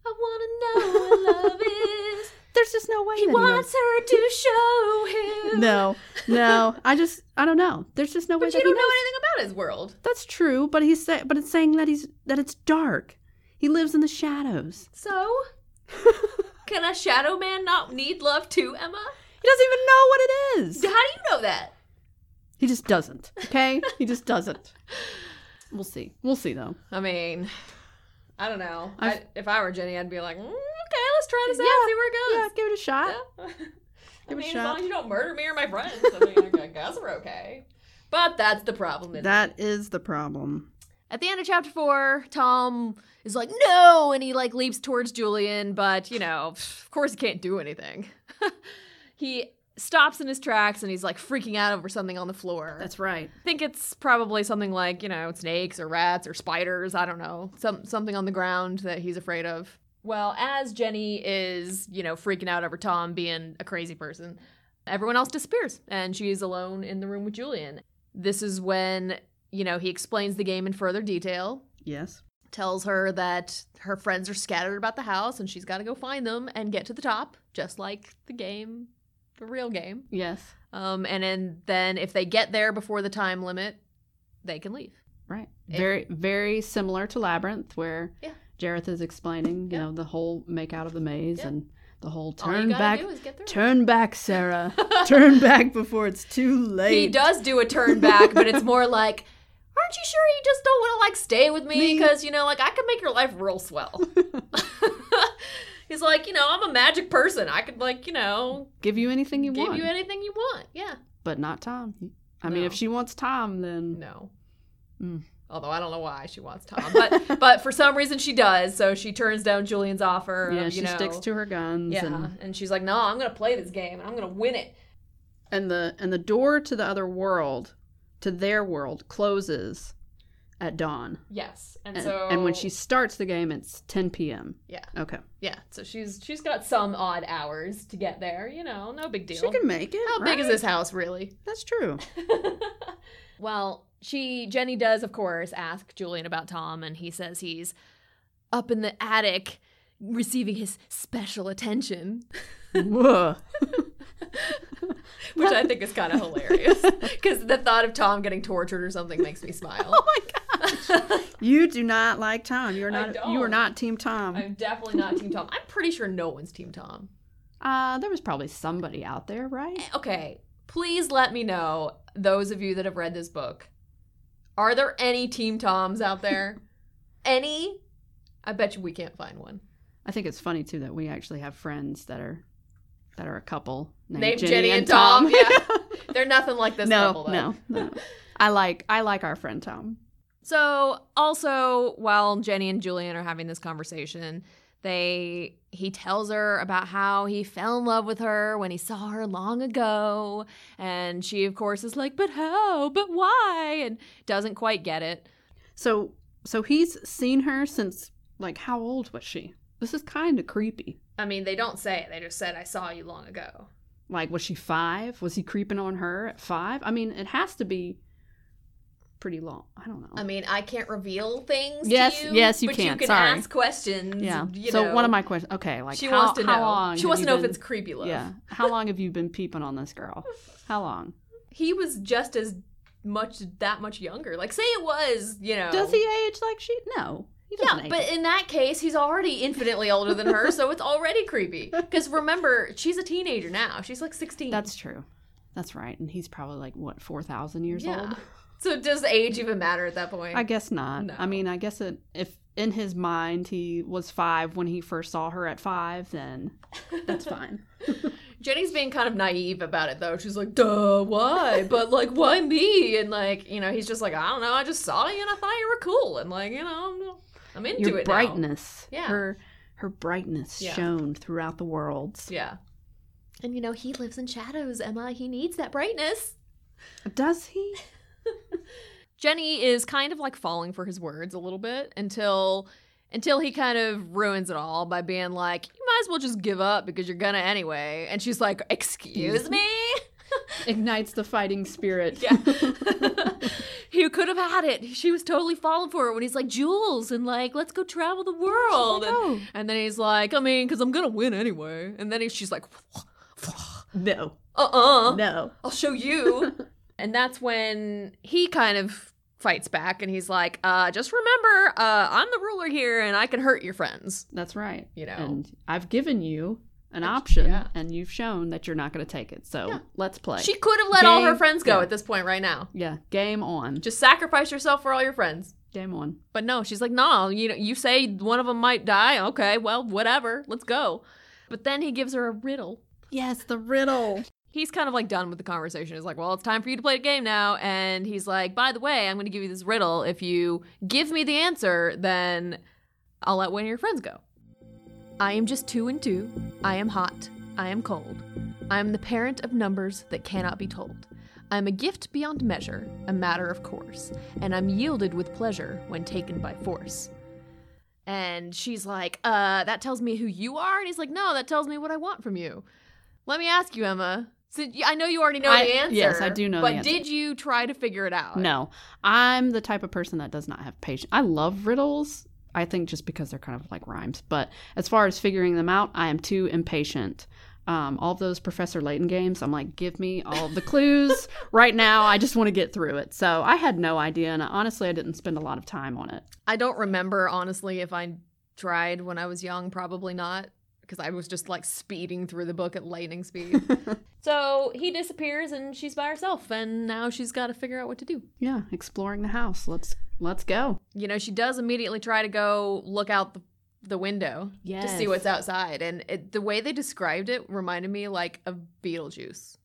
S2: I want to know what love is.
S3: There's just no way
S2: He
S3: that
S2: wants her to show
S3: he
S2: him.
S3: knows. No, no. I just I don't know. There's just no way
S2: But
S3: that
S2: you
S3: he
S2: don't know
S3: knows.
S2: anything about his world.
S3: That's true, but he's say, but it's saying that he's that it's dark. He lives in the shadows.
S2: So, can a shadow man not need love too, Emma?
S3: He doesn't even know what it is.
S2: How do you know that?
S3: He just doesn't. Okay? he just doesn't. We'll see. We'll see though.
S2: I mean, I don't know.
S3: I've-
S2: I- if I were Jenny, I'd be like, mm, okay, let's try this
S3: Yeah,
S2: out, see where
S3: Yeah,
S2: it
S3: give it a shot.
S2: goes. Yeah. I
S3: Give it a
S2: mean, as
S3: shot.
S2: long as you don't murder me or my friends, I mean, I guess we're okay. But that's the problem. isn't it?
S3: That is the problem.
S2: At the end of chapter four, Tom is like, no, and he like leaps towards Julian, but you know, of course he can't do anything. he stops in his tracks and he's like freaking out over something on the floor.
S3: right.
S2: I think it's probably something like, you know, snakes or rats or spiders, I don't know. Some something on the ground that he's afraid of. Well, as Jenny is, you know, freaking out over Tom being a crazy person, everyone else disappears and she's alone in the room with Julian. This is when, you know, he explains the game in further detail,
S3: Yes.
S2: tells her that her friends are scattered about the house and she's got to go find them and get to the top, just like the game, the real game.
S3: Yes.
S2: Um, and then, then if they get there before the time limit, they can leave.
S3: Right.
S2: It-
S3: very very similar to Labyrinth where
S2: Yeah.
S3: Jareth is explaining, you
S2: Yeah.
S3: know, the whole make out of the maze
S2: Yeah.
S3: and the whole
S2: All you
S3: turn
S2: gotta
S3: back
S2: do is get through.
S3: turn back, Sarah. turn back before it's too late.
S2: he does do a turn back, but it's more like, aren't you sure you just don't want to like stay with me?
S3: Me?
S2: Because you know, like I can make your life real swell. He's like, you know, I'm a magic person. I could like, you know,
S3: give you anything you
S2: give
S3: want.
S2: you anything you want. Yeah.
S3: but not Tom. I mean,
S2: No.
S3: if she wants Tom, then
S2: No.
S3: Mm.
S2: Although I don't know why she wants Tom, but but for some reason she does. So she turns down Julian's offer.
S3: yeah,
S2: of,
S3: she
S2: you know,
S3: sticks to her guns.
S2: Yeah,
S3: And,
S2: and she's like, "No, I'm gonna play this game and I'm gonna win it."
S3: and the and the door to the other world to their world closes at dawn
S2: Yes, and,
S3: and,
S2: so
S3: and when she starts the game it's 10 p.m
S2: yeah
S3: okay
S2: yeah, so she's she's got some odd hours to get there. You know, no big deal.
S3: she can make it
S2: How big is
S3: right?
S2: this house really?
S3: that's true
S2: well, she Jenny does, of course, ask Julian about Tom, and he says he's up in the attic receiving his special attention,
S3: Whoa.
S2: which I think is kind of hilarious because the thought of Tom getting tortured or something makes me smile.
S3: oh my gosh you do not like tom you're
S2: I
S3: not you are
S2: don't.
S3: not team tom
S2: I'm definitely not Team Tom. I'm pretty sure no one's Team Tom.
S3: uh there was probably somebody out there right
S2: okay, please let me know, those of you that have read this book, are there any Team Toms out there? any? I bet you we can't find one.
S3: i think it's funny too that we actually have friends that are that are a couple named,
S2: Named Jenny and Tom, yeah. They're nothing like this
S3: no,
S2: couple, though.
S3: no, no. I like I like our friend Tom.
S2: So, also, while Jenny and Julian are having this conversation, they he tells her about how he fell in love with her when he saw her long ago, and she, of course, is like, "But how? But why?" and doesn't quite get it.
S3: So so he's seen her since like how old was she? This is kind of creepy.
S2: I mean, they don't say it. They just said, I saw you long ago.
S3: Like was she 5? Was he creeping on her at 5? I mean, it has to be pretty long. I don't know.
S2: I mean, I can't reveal things.
S3: Yes,
S2: to you,
S3: yes, you
S2: but
S3: can.
S2: You can
S3: Sorry.
S2: ask questions.
S3: yeah.
S2: You
S3: so
S2: know.
S3: one of my questions. Okay, like
S2: she
S3: how,
S2: wants to know.
S3: how long?
S2: she
S3: have
S2: wants to
S3: you
S2: know if
S3: been-
S2: it's creepy love.
S3: Yeah. How long have you been peeping on this girl? How long?
S2: He was just as much that much younger. Like, say it was, you know.
S3: Does he age like she? No. He doesn't
S2: Oh. Yeah,
S3: age.
S2: but in that case, he's already infinitely older than her, so it's already creepy. Because remember, she's a teenager now. She's like 16.
S3: That's true. That's right. And he's probably like, what, 4,000 years
S2: yeah.
S3: old?
S2: So does age even matter at that point?
S3: I guess not.
S2: No.
S3: I mean, I guess it, if in his mind he was five when he first saw her at five, then that's fine.
S2: Jenny's being kind of naive about it though. She's like, duh, why? But like, why me? And like, you know, he's just like, I don't know. I just saw you and I thought you were cool. And like, you know, I'm, I'm into
S3: Your
S2: it. now."
S3: brightness.
S2: Yeah.
S3: Her, her brightness
S2: Yeah.
S3: shone throughout the worlds.
S2: Yeah. And you know, he lives in shadows, Emma. He needs that brightness.
S3: Does he?
S2: Jenny is kind of like falling for his words a little bit until until he kind of ruins it all by being like, "You might as well just give up because you're gonna anyway." And she's like, "Excuse me."
S3: Ignites the fighting spirit.
S2: Yeah. he could have had it. She was totally falling for it when he's like, Jules, and like, let's go travel the world. And,
S3: no.
S2: and then he's like, I mean, because I'm going to win anyway. And then he, she's like,
S3: No.
S2: uh uh
S3: No.
S2: I'll show you. and that's when he kind of fights back and he's like, uh, just remember, uh, I'm the ruler here and I can hurt your friends.
S3: That's right.
S2: You know.
S3: And I've given you an
S2: Ex-
S3: option,
S2: yeah.
S3: and you've shown that you're not going to take it. So
S2: Yeah.
S3: let's play.
S2: She could have let all her
S3: Game-
S2: friends go
S3: yeah.
S2: at this point right now.
S3: yeah. Game on.
S2: Just sacrifice yourself for all your friends.
S3: Game on.
S2: But no, she's like, no, you know, you say one of them might die. Okay, well, whatever. Let's go. But then he gives her a riddle.
S3: Yes, the riddle.
S2: He's kind of like done with the conversation. He's like, well, it's time for you to play the game now. And he's like, by the way, I'm going to give you this riddle. If you give me the answer, then I'll let one of your friends go. I am just two and two. I am hot. I am cold. I am the parent of numbers that cannot be told. I am a gift beyond measure, a matter of course, and I'm yielded with pleasure when taken by force. And she's like, uh, that tells me who you are? And he's like, no, that tells me what I want from you. Let me ask you, Emma. So y- I know you already know
S3: I-
S2: the answer.
S3: yes, I do know the
S2: But
S3: answer.
S2: did you try to figure it out?
S3: No, I'm the type of person that does not have patience. I love riddles. I think just because they're kind of like rhymes. But as far as figuring them out, I am too impatient. Um, all of those Professor Layton games, I'm like, give me all the clues right now. I just want to get through it. So I had no idea. And honestly, I didn't spend a lot of time on it.
S2: I don't remember honestly if I tried when I was young. Probably not because I was just like speeding through the book at lightning speed. so he disappears and she's by herself, and now she's got to figure out what to do.
S3: Yeah, exploring the house. Let's let's go.
S2: You know, she does immediately try to go look out the the window to see
S3: Yes.
S2: what's outside, and it, the way they described it reminded me like of Beetlejuice.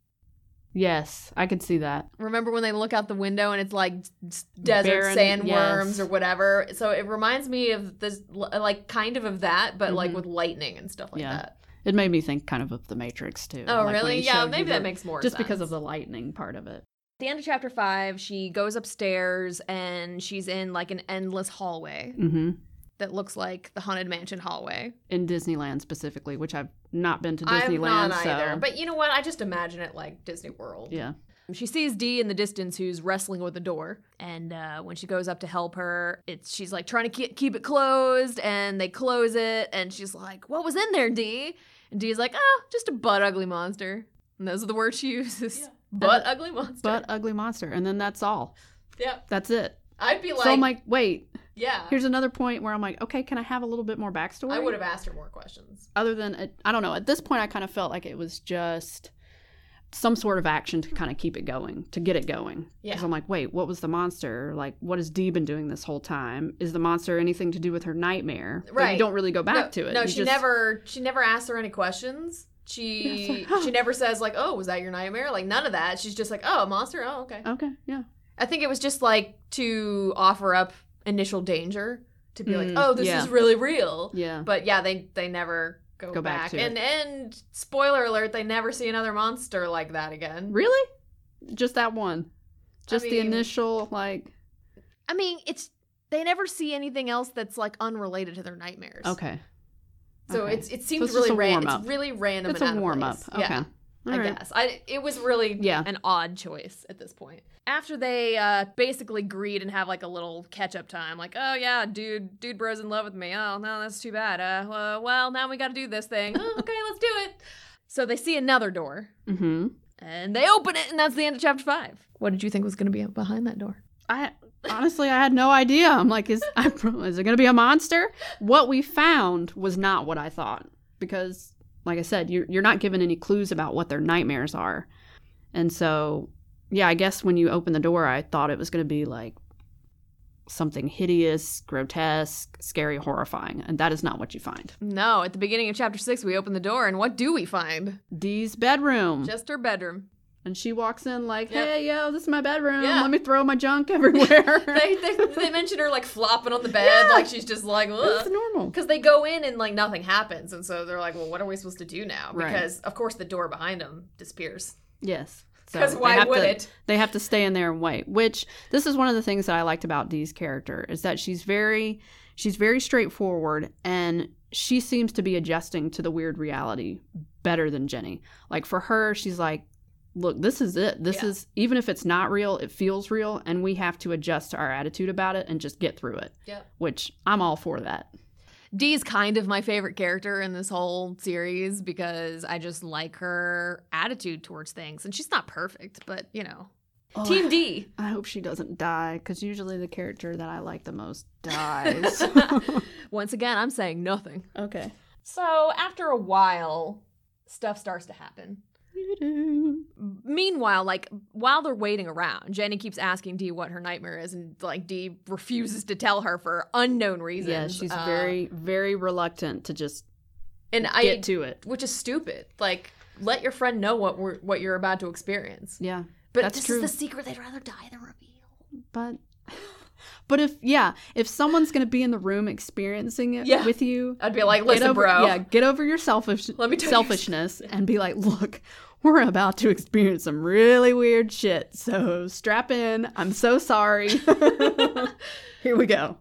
S3: Yes, I could see that.
S2: Remember when they look out the window and it's like s- desert
S3: Barren,
S2: sandworms
S3: yes.
S2: or whatever? So it reminds me of this, like, kind of of that, but like
S3: Mhm.
S2: with lightning and stuff like
S3: Yeah.
S2: that.
S3: It made me think kind of of the Matrix too.
S2: Oh,
S3: like when
S2: really?
S3: he
S2: Yeah,
S3: showed you
S2: maybe that
S3: the-
S2: makes more
S3: just
S2: sense.
S3: because of the lightning part of it.
S2: At the end of chapter five, she goes upstairs and she's in like an endless hallway
S3: Mm-hmm.
S2: that looks like the Haunted Mansion hallway.
S3: in Disneyland specifically, which I've not been to
S2: I'm
S3: Disneyland.
S2: not either.
S3: so
S2: But you know what? I just imagine it like Disney World.
S3: yeah,
S2: She sees Dee in the distance who's wrestling with the door. And uh, when she goes up to help her, it's she's like trying to keep, keep it closed and they close it. And she's like, What was in there, Dee? And Dee's like, Oh, just a butt ugly monster. And those are the words she uses. Butt ugly monster.
S3: but ugly monster, and then that's all.
S2: Yep.
S3: That's it.
S2: I'd be like, uh,
S3: so I'm like, wait.
S2: Yeah.
S3: Here's another point where I'm like, okay, can I have a little bit more backstory?
S2: I would have asked her more questions.
S3: Other than it, I don't know. At this point, I kind of felt like it was just some sort of action to kind of keep it going, to get it going.
S2: Yeah.
S3: Because I'm like, wait, what was the monster? Like, what has Dee been doing this whole time? Is the monster anything to do with her nightmare? But
S2: Right.
S3: You don't really go back
S2: no,
S3: to it.
S2: No,
S3: You
S2: she
S3: just-
S2: never she never asks her any questions. She
S3: Yeah, it's like,
S2: she never says like, "Oh, was that your nightmare?" Like none of that. She's just like, "Oh, a monster. Oh, okay."
S3: Okay. Yeah.
S2: I think it was just like to offer up initial danger to be like,
S3: Mm,
S2: "Oh, this
S3: yeah.
S2: is really real."
S3: Yeah.
S2: But yeah, they they never go,
S3: Go back
S2: back.
S3: to it.
S2: and and spoiler alert, they never see another monster like that again.
S3: Really? Just that one. Just the
S2: mean-
S3: initial like
S2: I mean, it's they never see anything else that's like unrelated to their nightmares.
S3: Okay.
S2: So
S3: Okay.
S2: it's it seems
S3: it's
S2: really
S3: just a
S2: random.
S3: warm-up.
S2: It's really random.
S3: it's
S2: and
S3: a
S2: out of
S3: warm up.
S2: place.
S3: Okay.
S2: Yeah.
S3: All
S2: I
S3: right.
S2: guess. I it was really
S3: Yeah.
S2: an odd choice at this point. After they uh basically greet and have like a little catch up time, like, oh yeah, dude, dude bro's in love with me. Oh no, that's too bad. Uh, uh well now we gotta do this thing. oh, okay, let's do it. So they see another door.
S3: Mm-hmm.
S2: And they open it, and that's the end of chapter five. What did you think was going to be behind that door?
S3: I honestly, I had no idea. I'm like, is I, is there going to be a monster? What we found was not what I thought because, like I said, you're you're not given any clues about what their nightmares are, and so yeah, I guess when you open the door, I thought it was going to be like something hideous, grotesque, scary, horrifying, and that is not what you find.
S2: No, at the beginning of chapter six, we open the door, and what do we find?
S3: Dee's bedroom,
S2: Just her bedroom.
S3: and she walks in like,
S2: Yep.
S3: hey yo, this is my bedroom.
S2: Yeah.
S3: Let me throw my junk everywhere.
S2: They they, they mention her like flopping on the bed, like she's just like.
S3: it's
S2: "Ugh."
S3: normal.
S2: Because they go in and like nothing happens, and so they're like, "Well, what are we supposed to do now?"
S3: Right.
S2: Because of course the door behind them disappears.
S3: Yes.
S2: 'Cause
S3: they
S2: why
S3: have
S2: would
S3: to-
S2: it?
S3: They have to stay in there and wait. Which this is one of the things that I liked about Dee's character is that she's very she's very straightforward and she seems to be adjusting to the weird reality better than Jenny. Like for her, she's like, Look, this is it. This
S2: Yeah.
S3: is even if it's not real, it feels real and we have to adjust to our attitude about it and just get through it.
S2: Yep.
S3: Which I'm all for that.
S2: Dee's kind of my favorite character in this whole series because I just like her attitude towards things, and she's not perfect, but you know, Team D.
S3: Oh, I hope she doesn't die because usually the character that I like the most dies.
S2: Once again, I'm saying nothing.
S3: okay.
S2: So after a while, stuff starts to happen. Meanwhile, like while they're waiting around, Jenny keeps asking Dee what her nightmare is, and like Dee refuses to tell her for unknown reasons.
S3: Yeah, she's
S2: Uh,
S3: very, very reluctant to just
S2: and I,
S3: get to it.
S2: which is stupid. Like, let your friend know what we're what you're about to experience.
S3: Yeah,
S2: But
S3: that's
S2: this
S3: true.
S2: is the secret; they'd rather die than reveal.
S3: but, but if yeah, if someone's gonna be in the room experiencing it
S2: Yeah.
S3: with you,
S2: I'd be like,
S3: get
S2: listen,
S3: over-
S2: bro.
S3: yeah, get over your selfish
S2: Let me tell you-
S3: selfishness and be like, look, we're about to experience some really weird shit, so strap in. I'm so sorry. Here we go.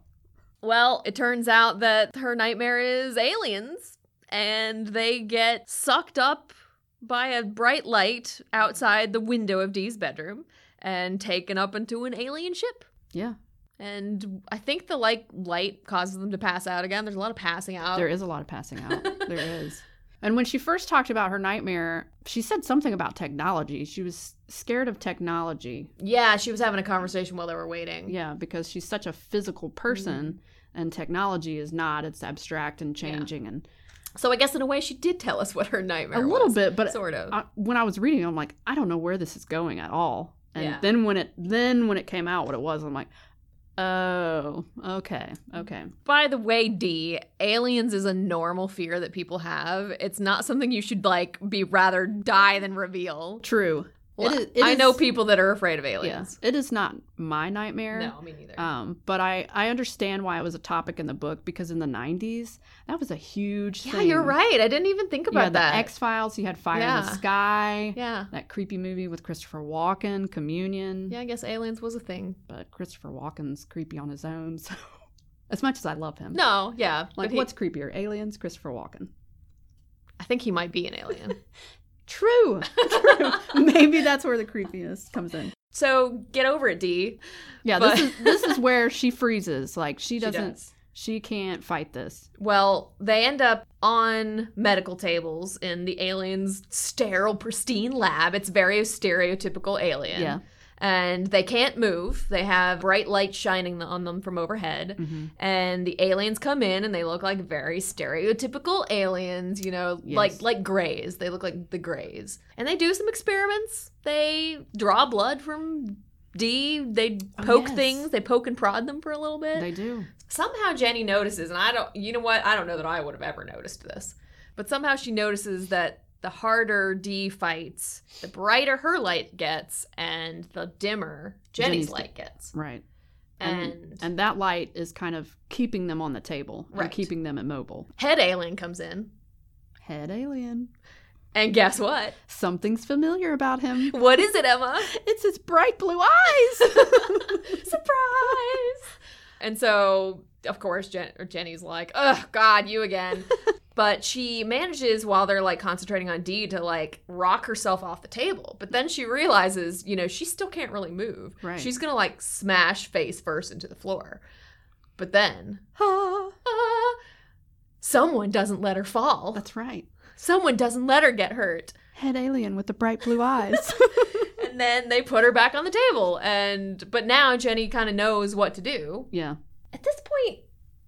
S2: Well, it turns out that her nightmare is aliens, and they get sucked up by a bright light outside the window of Dee's bedroom and taken up into an alien ship.
S3: Yeah,
S2: And I think the like light causes them to pass out again. There's a lot of passing out.
S3: there is a lot of passing out. there is. And when she first talked about her nightmare, she said something about technology. She was scared of technology.
S2: Yeah, she was having a conversation while they were waiting.
S3: Yeah, because she's such a
S2: Mm.
S3: physical person and technology is not. It's abstract and changing and
S2: So I guess in a way she did tell us what her nightmare
S3: a
S2: was.
S3: little bit, Uh, but
S2: sort of.
S3: I, when I was reading, I'm like, I don't know where this is going at all. And
S2: Yeah.
S3: then when it then when it came out what it was, I'm like, "Oh, okay.
S2: Mm.
S3: Okay."
S2: By the way, D, aliens is a normal fear that people have. It's not something you should like be rather die than reveal.
S3: True.
S2: Well,
S3: is- it
S2: I know
S3: is-
S2: people that are afraid of
S3: Yeah.
S2: aliens.
S3: It is not my nightmare.
S2: No, me neither.
S3: Um, but I I understand why it was a topic in the book because in the 90s, that was a huge
S2: yeah,
S3: thing.
S2: you're right. I didn't even think
S3: You
S2: about
S3: had
S2: that.
S3: the X-Files, you had Fire in
S2: Yeah.
S3: the Sky.
S2: yeah.
S3: that creepy movie with Christopher Walken, Communion.
S2: Yeah, I guess aliens was a thing.
S3: But Christopher Walken's creepy on his own, so as much as I love him.
S2: No, yeah.
S3: Like
S2: but he-
S3: what's creepier? Aliens, Christopher Walken.
S2: I think he might be an alien.
S3: True. True. Maybe that's where the creepiness comes in.
S2: so get over it, D.
S3: Yeah,
S2: But-
S3: this is this is where she freezes. Like she
S2: She
S3: doesn't
S2: does.
S3: she, can't fight this.
S2: Well, they end up on medical tables in the alien's sterile, pristine lab. It's very stereotypical alien.
S3: Yeah.
S2: And they can't move. They have bright light shining on them from overhead. And the aliens come in and they look like very stereotypical aliens, you know,
S3: Yes.
S2: like like grays. They look like the grays. And they do some experiments. They draw blood from D. They
S3: Oh,
S2: poke
S3: yes.
S2: things. They poke and prod them for a little bit
S3: They do.
S2: somehow Jenny notices, and I don't, you know what? I don't know that I would have ever noticed this, but somehow she notices that the harder D fights, the brighter her light gets, and the dimmer Jenny's,
S3: Jenny's-
S2: light gets.
S3: Right.
S2: And,
S3: and that light is kind of keeping them on the table
S2: Right.
S3: and keeping them immobile.
S2: head alien comes in,
S3: Head alien.
S2: and guess what?
S3: Something's familiar about him.
S2: What is it, Emma?
S3: It's his bright blue eyes.
S2: Surprise! and so, of course, Jen- or Jenny's like, "Ugh, God, you again." but she manages while they're like concentrating on Dee to like rock herself off the table. But then she realizes, you know, she still can't really move.
S3: Right.
S2: She's gonna like smash face first into the floor. But then,
S3: Ah,
S2: ah, someone doesn't let her fall.
S3: That's right.
S2: Someone doesn't let her get hurt.
S3: head alien with the bright blue eyes.
S2: and then they put her back on the table and but now jenny kind of knows what to do
S3: yeah.
S2: at this point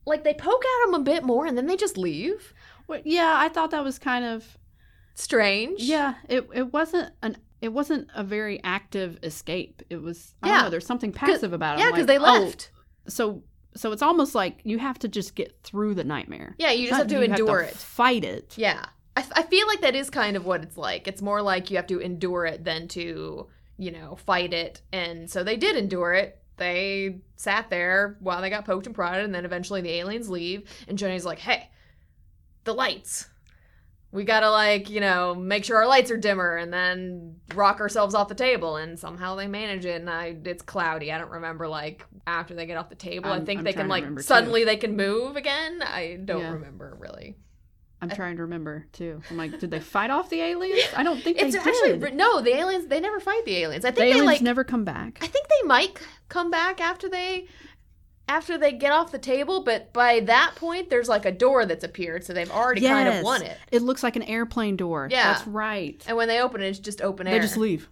S2: like they poke at him a bit more and then they just leave
S3: Well, yeah, I thought that was kind of
S2: strange
S3: yeah. It it wasn't an it wasn't a very active escape. It was I
S2: Yeah.
S3: don't know. There's something passive about it.
S2: yeah
S3: I'm
S2: because they
S3: like, oh,
S2: left
S3: so so it's almost like you have to just get through the nightmare.
S2: yeah you just
S3: Not-
S2: have to
S3: you
S2: endure it
S3: Fight it.
S2: yeah I, f- I feel like that is kind of what it's like it's more like you have to endure it than to you know fight it and so they did endure it they sat there while they got poked and prodded and then eventually the aliens leave and jenny's like hey the lights we gotta like you know make sure our lights are dimmer and then rock ourselves off the table and somehow they manage it and I, it's cloudy i don't remember like after they get off the table i
S3: I'm-
S2: think
S3: I'm
S2: they can
S3: trying to
S2: like
S3: remember, too.
S2: suddenly they can move again i don't
S3: Yeah.
S2: remember really
S3: I'm trying to remember too. I'm like, did they fight off the aliens? I don't think
S2: It's
S3: they
S2: actually
S3: did.
S2: re- no. The aliens they never fight the aliens. I
S3: the
S2: think
S3: aliens
S2: they like.
S3: never come back.
S2: I think they might c- come back after they after they get off the table. But by that point, there's like a door that's appeared, so they've already kind of
S3: Yes.
S2: won it.
S3: It looks like an airplane door.
S2: Yeah.
S3: that's right.
S2: And when they open it, it's just open
S3: They
S2: air.
S3: just leave.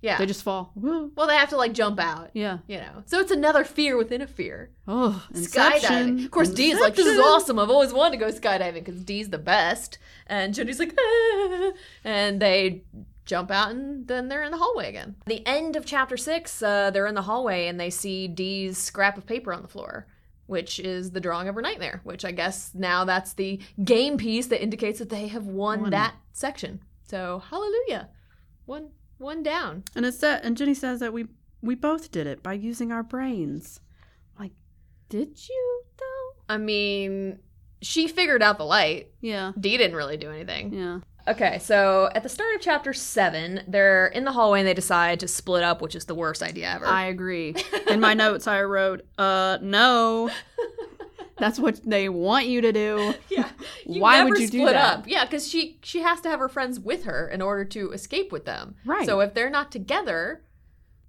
S2: Yeah.
S3: They just fall. Woo.
S2: well, they have to like jump out.
S3: Yeah.
S2: You know, so it's another fear within a fear.
S3: Oh, Inception.
S2: Skydiving. Of course, Dee's like, "This is
S3: Inception.
S2: awesome. I've always wanted to go skydiving because Dee's the best." And Jenny's like, "Ah." and they jump out, and then they're in the hallway again. The end of chapter six, uh, they're in the hallway, and they see Dee's scrap of paper on the floor, which is the drawing of her nightmare. Which I guess now that's the game piece that indicates that they have won,
S3: Won.
S2: that section. So hallelujah, one one down.
S3: And it's that, and Jenny says that we we both did it by using our brains. Like, did you though?
S2: I mean, she figured out the light.
S3: Yeah.
S2: Dee didn't really do anything.
S3: Yeah.
S2: Okay, so at the start of chapter seven, they're in the hallway and they decide to split up, which is the worst idea ever.
S3: I agree. In my notes, I wrote, "Uh, no, that's what they want you to do."
S2: yeah,
S3: Why would you do
S2: split
S3: that?
S2: up? Yeah, because she she has to have her friends with her in order to escape with them.
S3: Right.
S2: So if they're not together,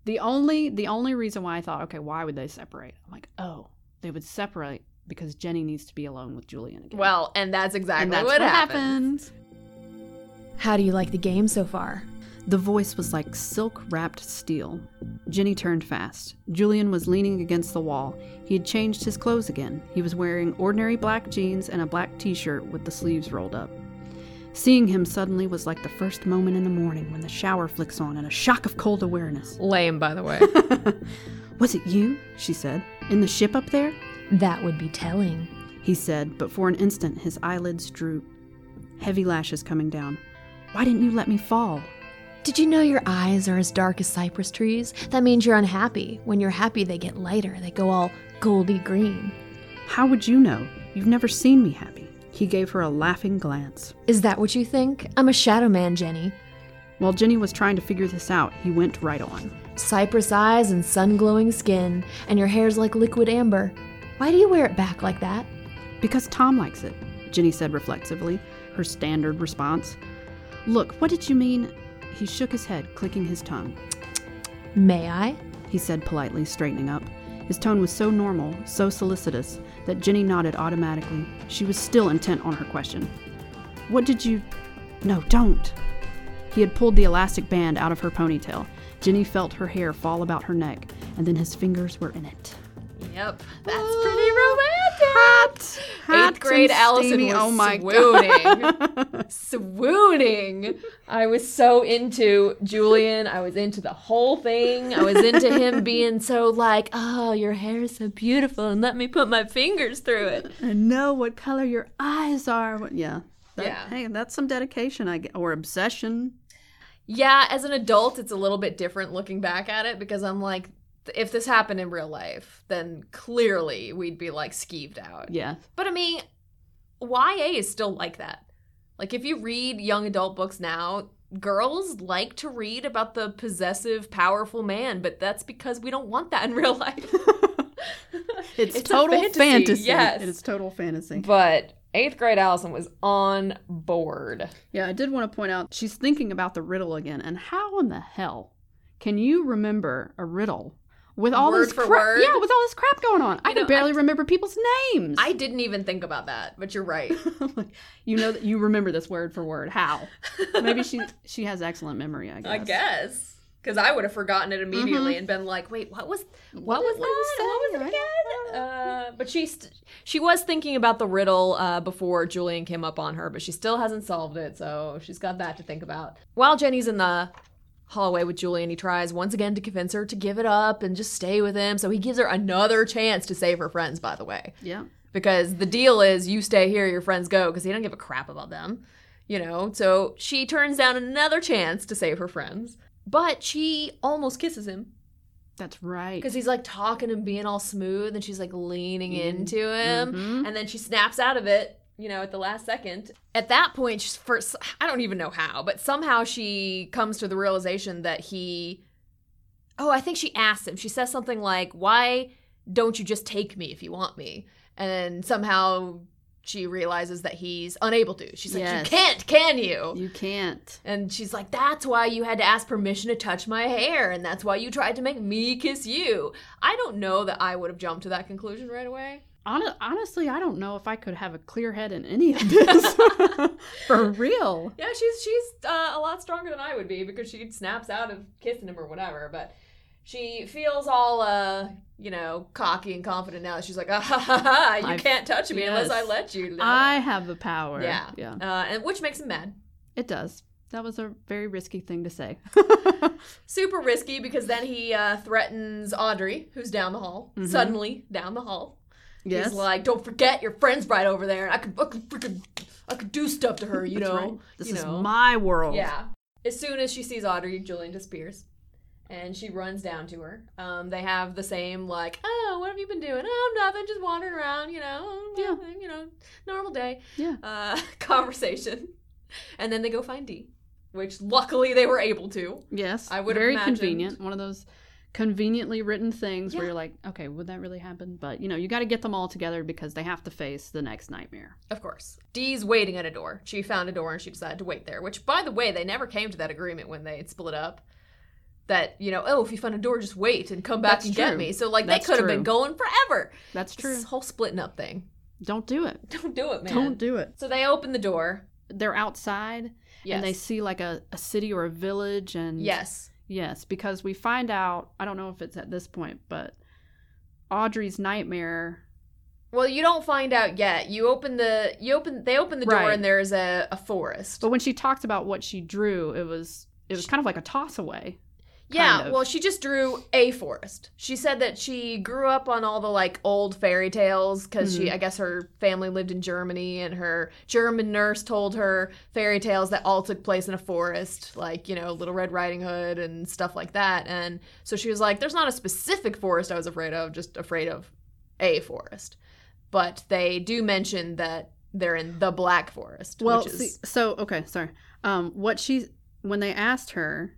S3: The only the only reason why I thought, okay, why would they separate? I'm like, oh, they would separate because Jenny needs to be alone with Julian again.
S2: well, and that's exactly
S3: and that's
S2: what,
S3: what,
S2: happened.
S3: happens.
S2: How do you like the game so far?
S1: The voice was like silk wrapped steel. Jenny turned fast. Julian was leaning against the wall. He had changed his clothes again. He was wearing ordinary black jeans and a black t shirt with the sleeves rolled up. Seeing him suddenly was like the first moment in the morning when the shower flicks on and a shock of cold awareness.
S2: Lame, by the way.
S1: was it you? she said. In the ship up there?
S2: that would be telling.
S1: he said, but for an instant his eyelids drooped, heavy lashes coming down. Why didn't you let me fall?
S2: Did you know your eyes are as dark as cypress trees? That means you're unhappy. When you're happy, they get lighter. They go all goldy green.
S1: How would you know? You've never seen me happy. He gave her a laughing glance.
S2: Is that what you think? I'm a shadow man, Jenny.
S1: While Jenny was trying to figure this out, he went right on.
S2: Cypress eyes and sun glowing skin, and your hair's like liquid amber. Why do you wear it back like that?
S1: Because Tom likes it, Jenny said reflexively, her standard response. Look, what did you mean? He shook his head, clicking his tongue.
S2: May I?
S1: he said politely, straightening up. His tone was so normal, so solicitous, that Jenny nodded automatically. She was still intent on her question. What did you. No, don't! He had pulled the elastic band out of her ponytail. Jenny felt her hair fall about her neck, and then his fingers were in it.
S2: Yep, that's pretty romantic.
S1: Hot
S2: Eighth grade
S1: and
S2: Allison
S1: steamy.
S2: was
S1: Oh my
S2: swooning, swooning. I was so into Julian. I was into the whole thing. I was into him being so like, oh, your hair is so beautiful, and let me put my fingers through it.
S1: I know what color your eyes are. What- Yeah. That-
S2: Yeah.
S1: Hey, that's some dedication, I gue- or obsession.
S2: Yeah, as an adult, it's a little bit different looking back at it because I'm like, if this happened in real life, then clearly we'd be like skeeved out.
S1: Yeah.
S2: But I mean, YA is still like that. Like, if you read young adult books now, girls like to read about the possessive, powerful man, but that's because we don't want that in real life.
S1: It's,
S2: It's a
S1: total
S2: fantasy,
S1: fantasy.
S2: yes.
S1: It is total fantasy.
S2: but eighth grade Allison was on board.
S1: Yeah, I did want to point out she's thinking about the riddle again. And how in the hell can you remember a riddle
S3: with all
S2: Word
S3: this
S2: for
S3: crap.
S2: word?
S3: Yeah, with all this crap going on, I
S2: You
S3: can
S2: know,
S3: barely
S2: I-
S3: remember people's names.
S2: I didn't even think about that, but you're right.
S3: I'm like, you know that you remember this word for word. How? Maybe she she has excellent memory. I guess. Mm-hmm.
S2: I guess because I would have forgotten it immediately and been like, "Wait, what was what, was
S3: did-
S2: that?
S3: what
S2: What was
S3: was
S2: it again?" Uh, but she st- she was thinking about the riddle uh, before Julian came up on her, but she still hasn't solved it, so she's got that to think about. While Jenny's in the hallway with Julian, he tries once again to convince her to give it up and just stay with him. So he gives her another chance to save her friends. By the way,
S3: Yeah.
S2: because the deal is you stay here, your friends go, because he don't give a crap about them, you know. So she turns down another chance to save her friends, but she almost kisses him
S3: That's right.
S2: because he's like talking and being all smooth, and she's like leaning
S3: Mm.
S2: into him,
S3: Mhm.
S2: and then she snaps out of it, you know, at the last second. At that point, she's first I don't even know how, but somehow she comes to the realization that he. Oh, I think she asks him. She says something like, "Why don't you just take me if you want me?" And somehow she realizes that he's unable to. She's like,
S3: Yes.
S2: "You can't, can you?"
S3: You can't.
S2: And she's like, "That's why you had to ask permission to touch my hair, and that's why you tried to make me kiss you." I don't know that I would have jumped to that conclusion right away.
S3: Hon- honestly, I don't know if I could have a clear head in any of this. for real.
S2: Yeah, she's she's uh, a lot stronger than I would be because she snaps out of kissing him or whatever. But she feels all uh, you know cocky and confident now. She's like, ah, ha, ha, ha, you
S3: I've-
S2: can't touch me unless I
S3: yes.
S2: let you.
S3: I have the power.
S2: Yeah.
S3: Yeah.
S2: uh, and which makes him mad.
S3: It does. That was a very risky thing to say.
S2: Super risky because then he uh, threatens Audrey, who's down the hall,
S3: Mhm.
S2: suddenly down the hall.
S3: yes.
S2: He's like, don't forget your friend's right over there, and I could, I could freaking, I could do stuff to her, you
S3: That's
S2: know.
S3: right. This
S2: you
S3: is
S2: know.
S3: my world.
S2: Yeah. As soon as she sees Audrey, Julian disappears. And she runs down to her. Um, they have the same like, oh, what have you been doing? Oh, nothing, just wandering around, you know,
S3: Yeah.
S2: you know, normal day
S3: Yeah.
S2: uh, conversation. And then they go find D, which luckily they were able to.
S3: Yes.
S2: I would have
S3: Very
S2: imagined.
S3: convenient. One of those conveniently written things where
S2: Yeah.
S3: you're like, okay, would that really happen? But you know, you got to get them all together because they have to face the next nightmare.
S2: Of course, Dee's waiting at a door. She found a door and she decided to wait there. Which, by the way, they never came to that agreement when they had split up. That you know, oh, if you find a door, just wait and come back
S3: That's
S2: and
S3: true.
S2: get me. So like they
S3: That's
S2: could have been
S3: true.
S2: going forever.
S3: That's true.
S2: This whole splitting up thing.
S3: Don't do it.
S2: Don't do it, man.
S3: Don't do it.
S2: so they open the door.
S3: They're outside
S2: Yes.
S3: and they see like a, a city or a village and
S2: yes.
S3: Yes, because we find out, I don't know if it's at this point, but Audrey's nightmare.
S2: Well, you don't find out yet. You open the you open they open the door
S3: Right.
S2: and there is a, a forest.
S3: But when she talked about what she drew, it was it was kind of like a toss away.
S2: yeah,
S3: kind of.
S2: well, she just drew a forest. She said that she grew up on all the like old fairy tales because
S3: Hmm.
S2: she I guess her family lived in Germany and her German nurse told her fairy tales that all took place in a forest, like, you know, Little Red Riding Hood and stuff like that. And so she was like there's not a specific forest I was afraid of, just afraid of a forest. But they do mention that they're in the Black Forest,
S3: Well,
S2: which is
S3: see, so okay, sorry. Um, what she when they asked her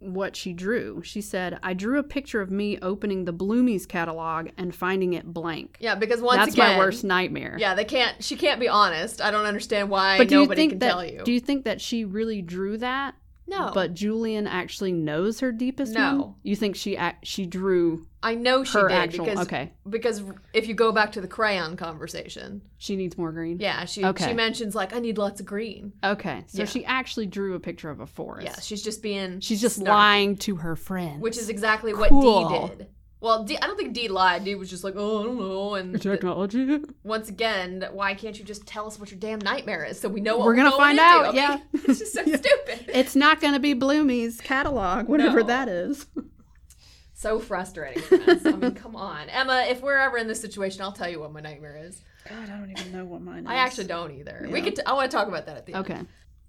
S3: what she drew, she said, "I drew a picture of me opening the Bloomies catalog and finding it blank.
S2: Yeah, because once
S3: That's
S2: again
S3: my worst nightmare."
S2: Yeah, they can't. She can't be honest. I don't understand why
S3: But do you
S2: nobody
S3: think
S2: can
S3: that
S2: tell you.
S3: do you think that she really drew that?
S2: no,
S3: But Julian actually knows her deepest
S2: No.
S3: one? You think she ac- she drew
S2: I know she
S3: her
S2: did
S3: actual
S2: because
S3: okay.
S2: because if you go back to the crayon conversation,
S3: She needs more green.
S2: yeah, she
S3: Okay.
S2: she mentions like I need lots of green.
S3: Okay. So
S2: Yeah.
S3: she actually drew a picture of a forest.
S2: Yeah, she's just being
S3: She's just
S2: snarky,
S3: lying to her friend.
S2: which is exactly what
S3: Cool.
S2: D did. Well, D, I don't think D lied. D was just like, oh, I don't know. And th-
S3: technology.
S2: once again, why can't you just tell us what your damn nightmare is so we know what
S3: We're gonna
S2: going
S3: find
S2: into?
S3: out,
S2: I mean,
S3: yeah.
S2: it's just so stupid.
S3: It's not going to be Bloomy's catalog, whatever
S2: No.
S3: that is.
S2: So frustrating. friends. I mean, come on, Emma. If we're ever in this situation, I'll tell you what my nightmare is.
S3: God, I don't even know what mine is.
S2: I actually don't either. We
S3: Yeah.
S2: could. T- I want to talk about that at the end.
S3: Okay.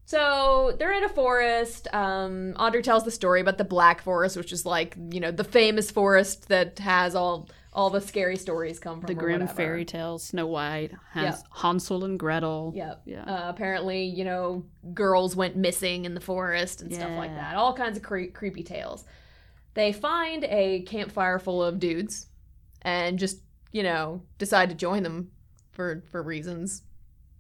S2: So they're in a forest. Um, Audrey tells the story about the Black Forest, which is like you know the famous forest that has all all the scary stories come from
S3: The
S2: or
S3: Grim
S2: whatever.
S3: Fairy Tales, Snow White, Hans,
S2: Yeah.
S3: Hansel and Gretel.
S2: Yep.
S3: Yeah.
S2: Uh, apparently, you know, girls went missing in the forest and stuff like
S3: Yeah.
S2: that. All kinds of cre- creepy tales. They find a campfire full of dudes, and just you know decide to join them for for reasons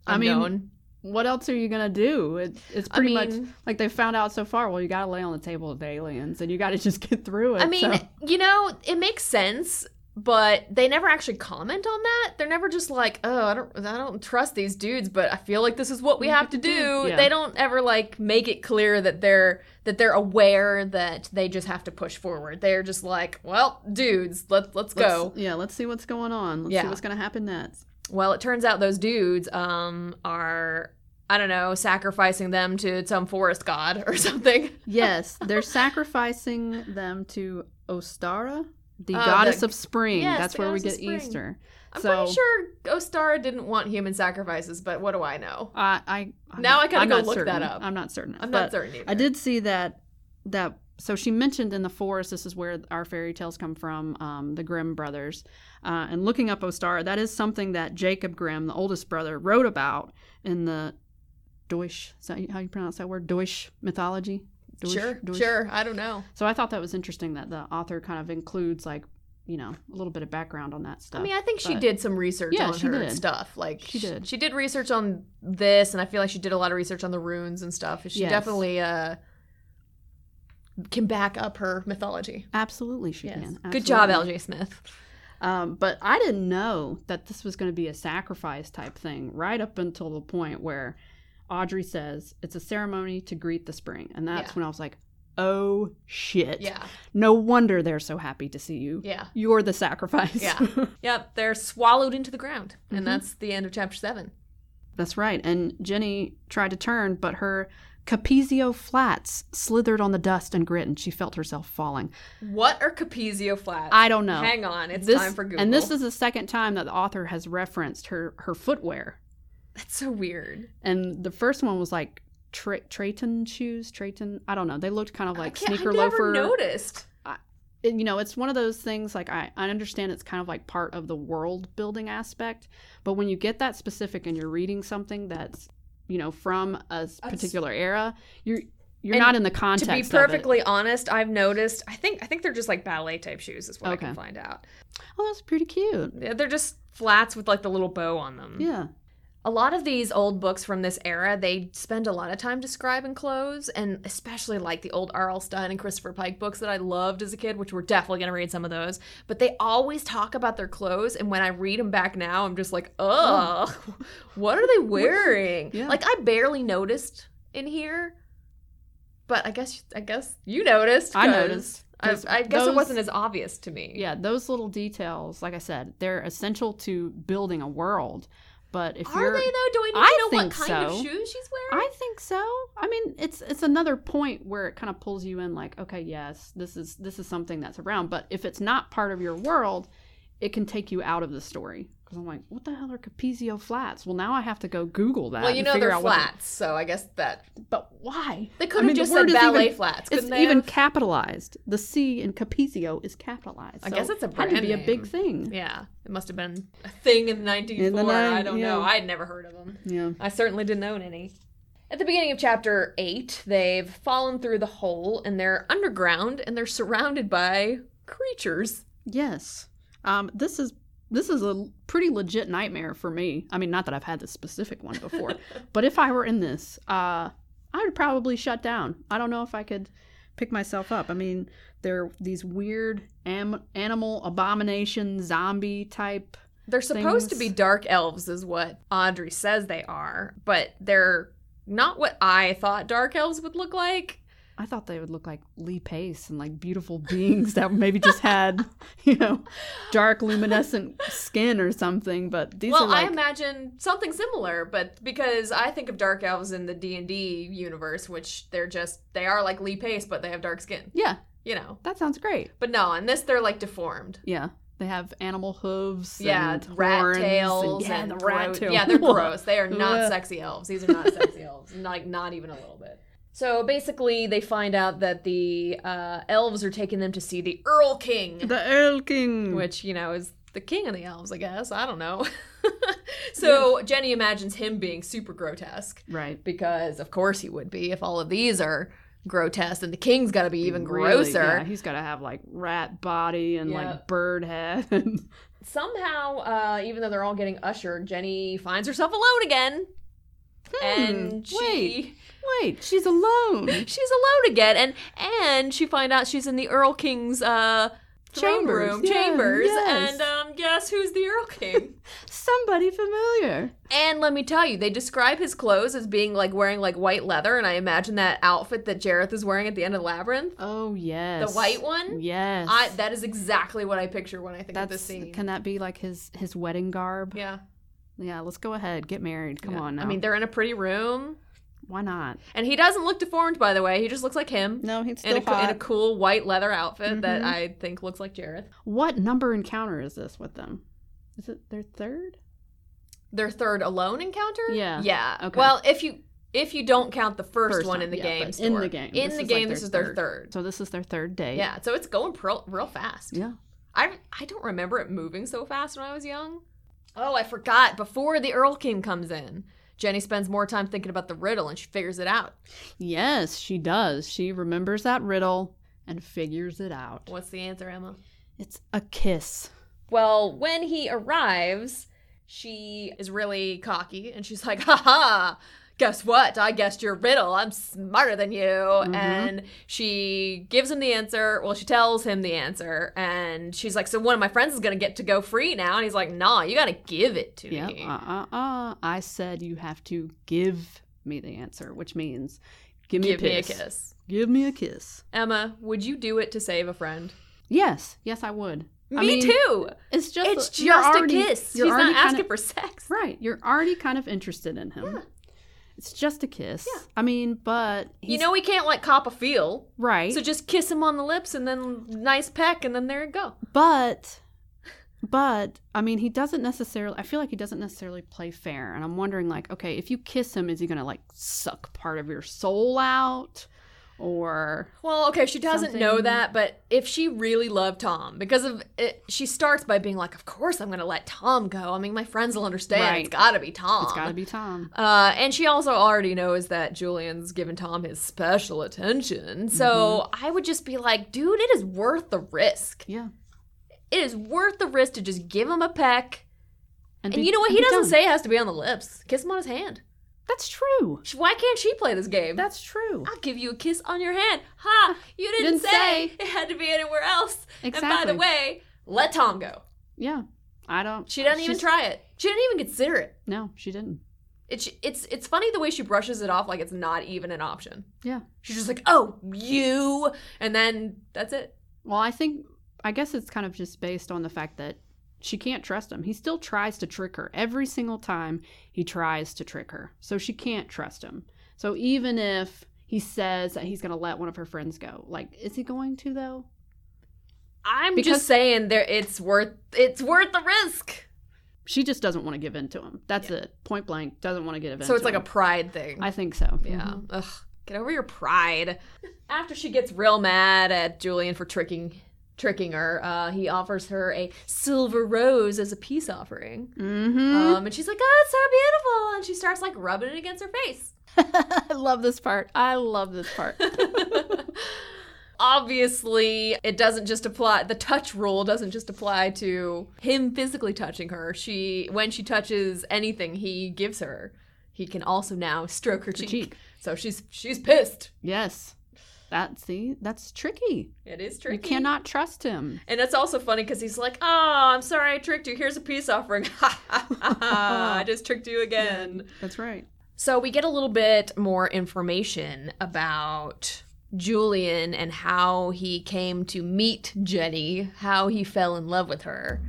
S3: I mean,
S2: unknown.
S3: what else are you gonna do? It, it's
S2: I
S3: pretty
S2: mean-
S3: much like they found out so far. Well, you gotta lay on the table with the aliens, and you gotta just get through it.
S2: I mean,
S3: so-
S2: you know, it makes sense, but they never actually comment on that. They're never just like, "Oh, I don't, I don't trust these dudes," but I feel like this is what we have to do.
S3: Yeah.
S2: They don't ever like make it clear that they're that they're aware that they just have to push forward. They're just like, "Well, dudes, let let's
S3: let's-
S2: go."
S3: Yeah, let's see what's going on. Let's
S2: Yeah.
S3: see what's gonna happen next.
S2: Well, it turns out those dudes um are. I don't know, sacrificing them to some forest god or something.
S3: Yes, they're sacrificing them to Ostara, the
S2: Oh,
S3: goddess
S2: the-
S3: of spring.
S2: yes,
S3: That's
S2: the
S3: where we
S2: goddess
S3: get
S2: of spring.
S3: Easter.
S2: I'm
S3: so
S2: pretty sure Ostara didn't want human sacrifices, but what do I know?
S3: I, I I'm
S2: Now
S3: not-
S2: I gotta
S3: I'm
S2: go
S3: not
S2: look that
S3: certain.
S2: up.
S3: I'm not certain.
S2: I'm
S3: but
S2: not certain either.
S3: I did see that that so she mentioned in the forest this is where our fairy tales come from um, the grimm brothers uh, and looking up ostara that is something that jacob grimm the oldest brother wrote about in the deutsch is that how you pronounce that word deutsch mythology Deutsch-
S2: sure,
S3: Deutsch?
S2: sure. I don't know.
S3: so i thought that was interesting that the author kind of includes like you know a little bit of background on that stuff
S2: I mean, I think she
S3: but-
S2: did some research
S3: Yeah,
S2: on
S3: she
S2: her
S3: did.
S2: stuff. Like
S3: She
S2: sh-
S3: did.
S2: She did research on this, and I feel like she did a lot of research on the runes and stuff. She
S3: Yes.
S2: definitely uh, can back up her mythology.
S3: absolutely she
S2: Yes.
S3: can
S2: Good job,
S3: Absolutely.
S2: L.J. Smith.
S3: Um, but I didn't know that this was going to be a sacrifice type thing right up until the point where Audrey says it's a ceremony to greet the spring. And that's
S2: Yeah.
S3: when I was like, oh shit.
S2: Yeah,
S3: No wonder they're so happy to see you.
S2: yeah,
S3: You're the sacrifice.
S2: yeah, yep. They're swallowed into the ground,
S3: Mhm.
S2: and that's the end of chapter seven.
S3: that's right. And Jenny tried to turn, but her Capizio flats slithered on the dust and grit, and she felt herself falling.
S2: What are Capizio flats?
S3: I don't know.
S2: Hang on, it's
S3: This-
S2: time for Google.
S3: And this is the second time that the author has referenced her, her footwear
S2: that's so weird.
S3: and the first one was like tra- Trayton shoes, Trayton. I don't know. They looked kind of like
S2: I can't-
S3: sneaker
S2: I never
S3: loafer.
S2: noticed.
S3: And, you know, it's one of those things. Like I, I understand it's kind of like part of the world building aspect, but when you get that specific and you're reading something that's, you know, from a
S2: Us-
S3: s- particular era, you're you're
S2: And
S3: not in the context.
S2: to be
S3: of it.
S2: perfectly honest, I've noticed. I think I think they're just like ballet type shoes, is what I
S3: Okay.
S2: can find out.
S3: oh, that's pretty cute.
S2: Yeah, They're just flats with like the little bow on them.
S3: Yeah,
S2: A lot of these old books from this era, they spend a lot of time describing clothes, and especially like the old R.L. Stein and Christopher Pike books that I loved as a kid, which we're definitely gonna read some of those. But they always talk about their clothes, and when I read them back now, I'm just like, ugh, what are they wearing?
S3: Yeah.
S2: Like I barely noticed in here, but I guess I guess you noticed.
S3: I
S2: 'cause
S3: noticed,
S2: I,
S3: 'cause
S2: I guess
S3: those-
S2: it wasn't as obvious to me.
S3: yeah. Those little details, like I said, they're essential to building a world. But if
S2: Are
S3: you're
S2: they though? Do I need
S3: I
S2: to know what
S3: think
S2: kind
S3: so.
S2: of shoes she's wearing?
S3: I think so. I mean, it's it's another point where it kind of pulls you in, like, okay, yes, this is this is something that's around. But if it's not part of your world, it can take you out of the story. Because I'm like, what the hell are Capizio flats? Well, now I have to go Google that.
S2: well, you
S3: and
S2: know
S3: figure
S2: they're
S3: out what the-
S2: flats, so I guess that
S3: but why?
S2: they could have
S3: mean, the
S2: just
S3: word
S2: said
S3: is
S2: ballet
S3: even-
S2: flats.
S3: It's
S2: Couldn't they
S3: even
S2: have?
S3: capitalized. The C in Capizio is capitalized.
S2: I guess
S3: So
S2: it's a
S3: had to
S2: brand
S3: be a big
S2: name.
S3: thing.
S2: Yeah, it must have been a thing in 1904. I
S3: nine-
S2: don't know.
S3: yeah.
S2: I had never heard of them.
S3: Yeah.
S2: I certainly didn't own any. At the beginning of chapter 8, they've fallen through the hole and they're underground and they're surrounded by creatures.
S3: Yes. Um, this is this is a pretty legit nightmare for me. I mean, not that I've had this specific one before, but if I were in this, uh, I would probably shut down. I don't know if I could pick myself up. I mean, they're these weird am- animal abomination zombie type.
S2: They're supposed to
S3: Things.
S2: be dark elves, is what Audrey says they are, but they're not what I thought dark elves would look like.
S3: I thought they would look like Lee Pace and like beautiful beings that maybe just had, you know, dark luminescent skin or something. But these
S2: well,
S3: are like
S2: I imagine something similar, but because I think of dark elves in the D and D universe, which they're just they are like Lee Pace, but they have dark skin,
S3: yeah,
S2: you know.
S3: that sounds great.
S2: But no, in this they're like deformed.
S3: Yeah. They have animal hooves.
S2: yeah,
S3: and
S2: it's rat
S3: horns and-
S2: tails.
S3: yeah,
S2: and
S3: the rat
S2: gross-
S3: tail.
S2: Yeah, they're gross. They are
S3: Ugh.
S2: not sexy elves. These are not sexy elves. Like not even a little bit. So basically, they find out that the uh, elves are taking them to see the Earl King.
S3: the Earl King.
S2: which you know is the king of the elves, I guess. I don't know. so Jenny imagines him being super grotesque
S3: right.
S2: because, of course, he would be if all of these are grotesque, and the king's got to be even
S3: Really,
S2: grosser.
S3: yeah, he's got to have like rat body and
S2: Yeah.
S3: like bird head. Hmm. and-
S2: Somehow, uh, even though they're all getting ushered, Jenny finds herself alone again. and she
S3: Hmm, wait. Wait, she's alone.
S2: she's alone again and and she find out she's in the earl king's uh throne
S3: Chambers,
S2: room
S3: yeah,
S2: chambers
S3: yes.
S2: and um guess who's the earl king
S3: Somebody familiar.
S2: and let me tell you they describe his clothes as being like wearing like white leather and i imagine that outfit that jareth is wearing at the end of labyrinth
S3: Oh yes.
S2: the white one
S3: Yes.
S2: I, that is exactly what I picture when I think of
S3: That's
S2: this scene.
S3: can that be like his his wedding garb?
S2: yeah,
S3: Yeah, let's go ahead. Get married. Come
S2: Yeah.
S3: on now.
S2: I mean, they're in a pretty room,
S3: why not?
S2: and he doesn't look deformed, by the way. He just looks like him
S3: No, he's
S2: in a, co- in a cool white leather outfit that
S3: Mhm.
S2: I think looks like Jareth.
S3: What number encounter is this with them? Is it their third?
S2: their third alone encounter
S3: Yeah.
S2: yeah
S3: Okay.
S2: well if you if you don't count the first, one in the
S3: yeah,
S2: game
S3: but
S2: store.
S3: In the game.
S2: in
S3: This
S2: the
S3: is, like,
S2: game this is their third
S3: So this is their third date.
S2: yeah so it's going pro- real fast
S3: Yeah.
S2: I, I don't remember it moving so fast when i was young oh i forgot before the earl king comes in jenny spends more time thinking about the riddle and she figures it out
S3: Yes, she does. She remembers that riddle and figures it out.
S2: what's the answer emma
S3: It's a kiss.
S2: well when he arrives she is really cocky and she's like ha ha guess what i guessed your riddle i'm smarter than you
S3: Mm-hmm.
S2: and she gives him the answer well she tells him the answer and she's like so one of my friends is gonna get to go free now and he's like nah you gotta give it to
S3: Yeah.
S2: me
S3: Uh uh uh. I said you have to give me the answer, which means give me
S2: give
S3: a kiss.
S2: me a kiss
S3: Give me a kiss.
S2: emma would you do it to save a friend
S3: Yes. Yes, I would. I
S2: me
S3: mean,
S2: too
S3: It's just
S2: it's
S3: you're
S2: just
S3: already-
S2: a kiss he's
S3: you're
S2: not
S3: already
S2: asking
S3: kinda-
S2: for sex
S3: Right. You're already kind of interested in him.
S2: Yeah.
S3: It's just a kiss.
S2: Yeah.
S3: I mean, but he's,
S2: you know we can't like cop a feel
S3: right.
S2: So just kiss him on the lips and then nice peck and then there you go.
S3: but but I mean, he doesn't necessarily I feel like he doesn't necessarily play fair and I'm wondering like, okay, if you kiss him is he going to like suck part of your soul out or
S2: Well, okay, she doesn't know
S3: Something-
S2: that, but if she really loved Tom, because of it, she starts by being like, "Of course, I'm going to let Tom go. I mean, my friends will understand. It's
S3: Right.
S2: got to be Tom.
S3: it's got to be Tom.
S2: Uh, and she also already knows that Julian's given Tom his special attention. So I would just be like, dude, it is worth the risk.
S3: Yeah.
S2: It is worth the risk to just give him a peck. And
S3: be-
S2: you know what?
S3: and
S2: He
S3: be
S2: doesn't
S3: done.
S2: say it has to be on the lips. Kiss him on his hand.
S3: That's true.
S2: She- Why can't she play this game?
S3: That's true.
S2: I'll give you a kiss on your hand. Ha! You didn't,
S3: Didn't
S2: say,
S3: say.
S2: it had to be anywhere else. And by
S3: Exactly.
S2: the way, let Tom go.
S3: Yeah. I don't
S2: She doesn't even
S3: she's-
S2: try it. She didn't even consider it.
S3: No, she didn't.
S2: It's it's it's funny the way she brushes it off like it's not even an option.
S3: Yeah.
S2: She's just like, oh, you, and then that's it.
S3: Well, I think I guess it's kind of just based on the fact that she can't trust him. He still tries to trick her every single time. He tries to trick her, so she can't trust him. So even if he says that he's going to let one of her friends go, like is he going to though?
S2: I'm
S3: Because-
S2: just saying there it's worth it's worth the risk.
S3: She just doesn't want to give in to him. That's it. Point blank, doesn't want to give in.
S2: So it's
S3: to
S2: like a
S3: him.
S2: pride thing.
S3: I think so.
S2: yeah.
S3: Mhm.
S2: Ugh. Get over your pride. After she gets real mad at Julian for tricking tricking her, uh, he offers her a silver rose as a peace offering.
S3: Mhm.
S2: Um, and she's like, "Oh, it's so beautiful!" And she starts like rubbing it against her face.
S3: I love this part. I love this part.
S2: Obviously, it doesn't just apply. The touch rule doesn't just apply to him physically touching her. She, when she touches anything he gives her, he can also now stroke her cheek.
S3: cheek.
S2: So she's she's pissed.
S3: yes. That see, that's tricky.
S2: It is
S3: You
S2: tricky.
S3: cannot trust him.
S2: And it's also funny because he's like, "Oh, I'm sorry, I tricked you. Here's a peace offering. I just tricked you again."
S3: That's right.
S2: So we get a little bit more information about Julian and how he came to meet Jenny, how he fell in love with her.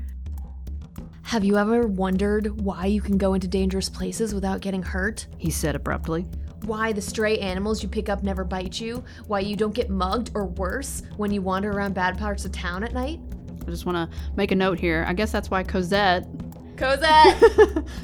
S2: Have you ever wondered why you can go into dangerous places without getting hurt?
S3: He said abruptly.
S2: Why the stray animals you pick up never bite you? Why you don't get mugged or worse when you wander around bad parts of town at night?
S3: I just want to make a note here. I guess that's why Cosette,
S2: Cosette!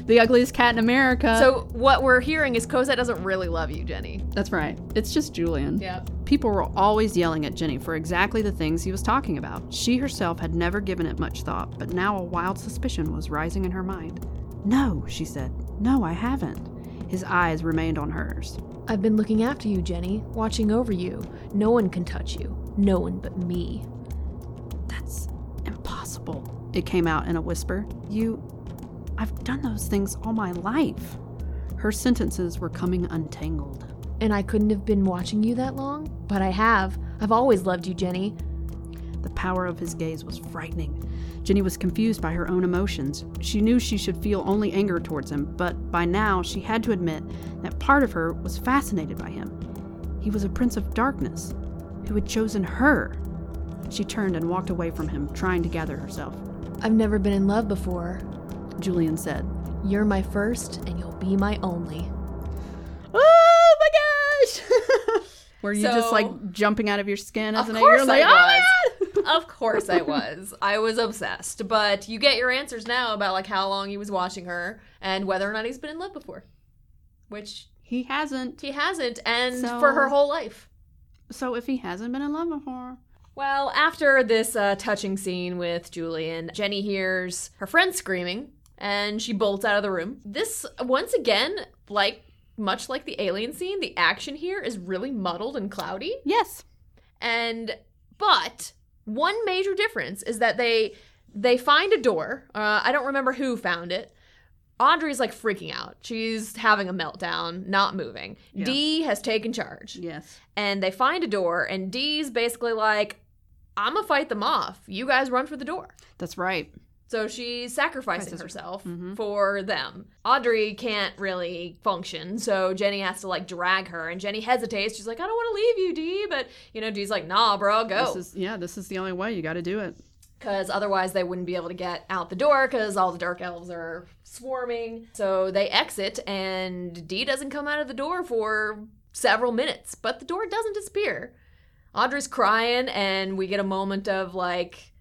S3: the ugliest cat in America.
S2: so, what we're hearing is Cosette doesn't really love you, Jenny.
S3: that's right. It's just Julian.
S2: Yeah.
S3: People were always yelling at Jenny for exactly the things he was talking about. She herself had never given it much thought, but now a wild suspicion was rising in her mind. No, she said. No, I haven't. His eyes remained on hers.
S2: I've been looking after you, Jenny, watching over you. No one can touch you. No one but me.
S3: That's impossible. It came out in a whisper. You. I've done those things all my life. Her sentences were coming untangled.
S2: And I couldn't have been watching you that long, but I have. I've always loved you, Jenny.
S3: The power of his gaze was frightening. Jenny was confused by her own emotions. She knew she should feel only anger towards him, but by now she had to admit that part of her was fascinated by him. He was a prince of darkness who had chosen her. She turned and walked away from him, trying to gather herself.
S2: I've never been in love before.
S3: Julian said,
S2: You're my first, and you'll be my only.
S1: Oh my gosh!
S3: Were you just
S2: So-
S3: like jumping out of your skin as
S2: Of
S3: an
S2: course
S3: eight-year-old? Like,
S2: I
S3: "Oh my
S2: was." of course I was. I was obsessed. But you get your answers now about like how long he was watching her and whether or not he's been in love before. Which
S3: He hasn't.
S2: he hasn't and
S3: So-
S2: for her whole life.
S3: So if he hasn't been in love before,
S2: Well, after this uh, touching scene with Julian, Jenny hears her friend screaming and she bolts out of the room. This once again, like much like the alien scene, the action here is really muddled and cloudy.
S3: yes,
S2: and but one major difference is that they they find a door uh, i don't remember who found it audrey's like freaking out she's having a meltdown not moving
S3: Yeah.
S2: dee has taken charge
S3: yes,
S2: and they find a door and dee's basically like i'm gonna fight them off you guys run for the door
S3: that's right.
S2: so she's sacrificing
S3: Sacrifices her-
S2: herself
S3: Mhm.
S2: for them. Audrey can't really function, so Jenny has to like drag her, and Jenny hesitates. She's like, "I don't want to leave you, Dee," but you know, Dee's like, "Nah, bro, go,"
S3: This is yeah. This is the only way. You got to do it.
S2: because otherwise they wouldn't be able to get out the door because all the dark elves are swarming. So they exit, and Dee doesn't come out of the door for several minutes, but the door doesn't disappear. Audra's crying, and we get a moment of like,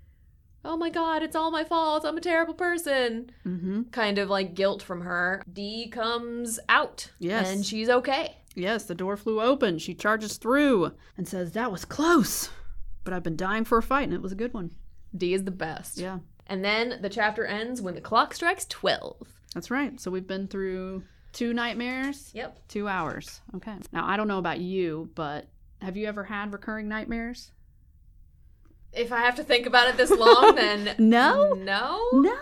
S2: "Oh my God, it's all my fault. I'm a terrible person."
S3: Mm-hmm.
S2: kind of like guilt from her. Dee comes out.
S3: Yes.
S2: And she's okay.
S3: Yes, the door flew open. She charges through and says, "That was close, but I've been dying for a fight, and it was a good one."
S2: Dee is the best.
S3: Yeah,
S2: And then the chapter ends when the clock strikes 12.
S3: that's right. So we've been through two nightmares,
S2: Yep.
S3: two hours. Okay. Now I don't know about you, but have you ever had recurring nightmares?
S2: If I have to think about it this long, then.
S3: No?
S2: No?
S3: No.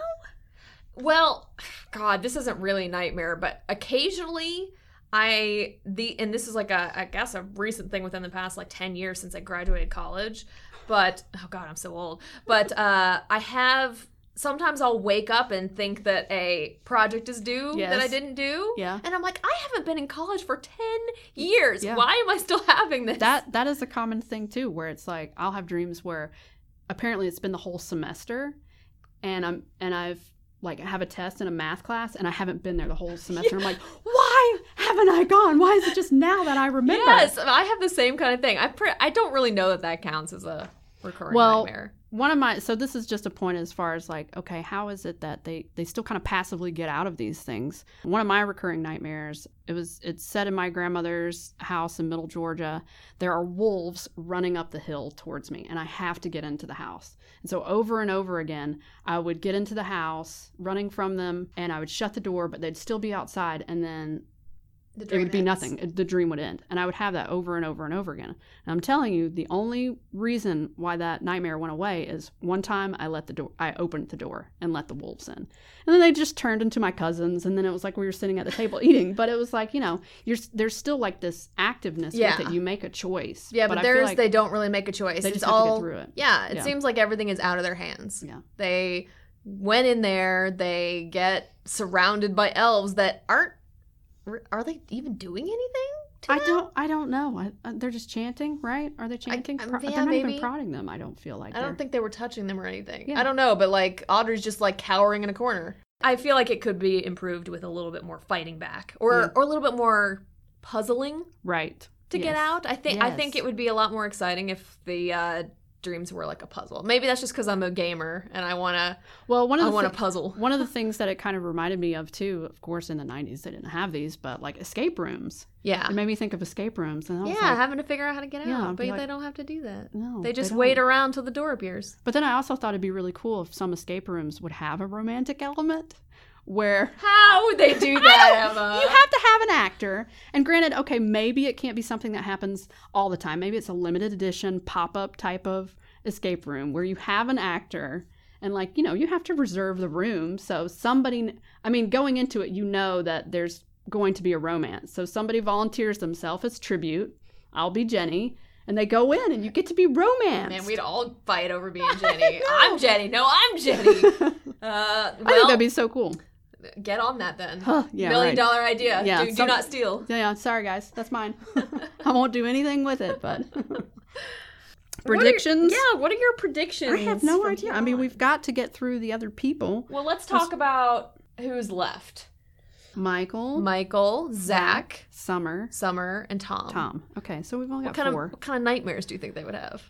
S2: Well, God, this isn't really a nightmare, but occasionally. I the and this is like a I guess a recent thing within the past like 10 years since I graduated college, but oh god, I'm so old. But uh I have sometimes I'll wake up and think that a project is due that I
S3: Yes.
S2: didn't do.
S3: Yeah.
S2: And I'm like, I haven't been in college for 10 years.
S3: Yeah.
S2: Why am I still having this?
S3: That that is a common thing too, where it's like I'll have dreams where apparently it's been the whole semester, and I'm and I've like I have a test in a math class and I haven't been there the whole semester. I'm like, why haven't I gone? Why is it just now that I remember?
S2: yes, I have the same kind of thing. I pre- I don't really know that that counts as a recurring
S3: Well,
S2: nightmare.
S3: One of my so this is just a point as far as like okay, how is it that they they still kind of passively get out of these things? One of my recurring nightmares it was it's set in my grandmother's house in Middle Georgia. There are wolves running up the hill towards me, and I have to get into the house. And so over and over again, I would get into the house, running from them, and I would shut the door, but they'd still be outside, and then
S2: The
S3: it
S2: dream
S3: would be
S2: ends.
S3: nothing. It- The dream would end. And I would have that over and over and over again. And I'm telling you, the only reason why that nightmare went away is one time I let the door, I opened the door and let the wolves in. And then they just turned into my cousins. And then it was like we were sitting at the table eating. But it was like, you know, you're, s- there's still like this activeness
S2: Yeah.
S3: with it. You make a choice.
S2: Yeah, but,
S3: I feel
S2: there's
S3: like
S2: they don't really make a choice.
S3: they
S2: it's
S3: just have
S2: all
S3: to get through it.
S2: Yeah, it
S3: Yeah.
S2: seems like everything is out of their hands.
S3: Yeah.
S2: They went in there, they get surrounded by elves that aren't are they even doing anything? To
S3: I
S2: them?
S3: don't. I don't know. I, uh, they're just chanting, right? Are they chanting?
S2: um,
S3: Pro-
S2: yeah,
S3: they're not
S2: maybe.
S3: even prodding them. I don't feel like.
S2: I
S3: they're-
S2: don't think they were touching them or anything.
S3: Yeah.
S2: I don't know, but like Audrey's just like cowering in a corner. I feel like it could be improved with a little bit more fighting back or
S3: Yeah.
S2: or a little bit more puzzling
S3: right
S2: to get
S3: Yes.
S2: out. I think I think
S3: Yes.
S2: it would be a lot more exciting if the uh, dreams were like a puzzle. Maybe that's just because I'm a gamer and I wanna
S3: Well, one of
S2: I
S3: the
S2: want a
S3: thi-
S2: puzzle.
S3: One of the things that it kind of reminded me of too, of course, in the '90s they didn't have these, but like escape rooms.
S2: Yeah.
S3: It made me think of escape rooms, and I was
S2: Yeah,
S3: like,
S2: having to figure out how to get
S3: Yeah,
S2: out,
S3: I'd
S2: but
S3: be like-
S2: they don't have to do that.
S3: no,
S2: They just
S3: don't.
S2: wait around till the door appears.
S3: But then I also thought it'd be really cool if some escape rooms would have a romantic element, where
S2: How would they do that, Emma?
S3: you have to have an actor. And granted, okay, maybe it can't be something that happens all the time. Maybe it's a limited edition pop up type of escape room where you have an actor and, like, you know, you have to reserve the room. So somebody, I mean, going into it, you know that there's going to be a romance. So somebody volunteers themselves as tribute. I'll be Jenny. And they go in and you get to be romance.
S2: Man, we'd all fight over being Jenny. I'm Jenny. No, I'm Jenny. Uh,
S3: I think
S2: well,
S3: that'd be so cool.
S2: get on that then.
S3: Huh, yeah,
S2: Million
S3: right.
S2: dollar idea.
S3: Yeah,
S2: do, do
S3: some-
S2: not steal.
S3: Yeah, yeah, sorry guys, that's mine. I won't do anything with it, but
S2: What are-
S3: predictions.
S2: yeah, what are your predictions?
S3: I have no
S2: from
S3: idea.
S2: here
S3: I mean,
S2: on?
S3: we've got to get through the other people.
S2: Well, let's talk about who's left.
S3: Michael,
S2: Michael, Zach,
S3: Summer,
S2: Summer, and Tom.
S3: Tom. Okay, so we've only
S2: What
S3: got
S2: kind
S3: four.
S2: of what kind of nightmares do you think they would have?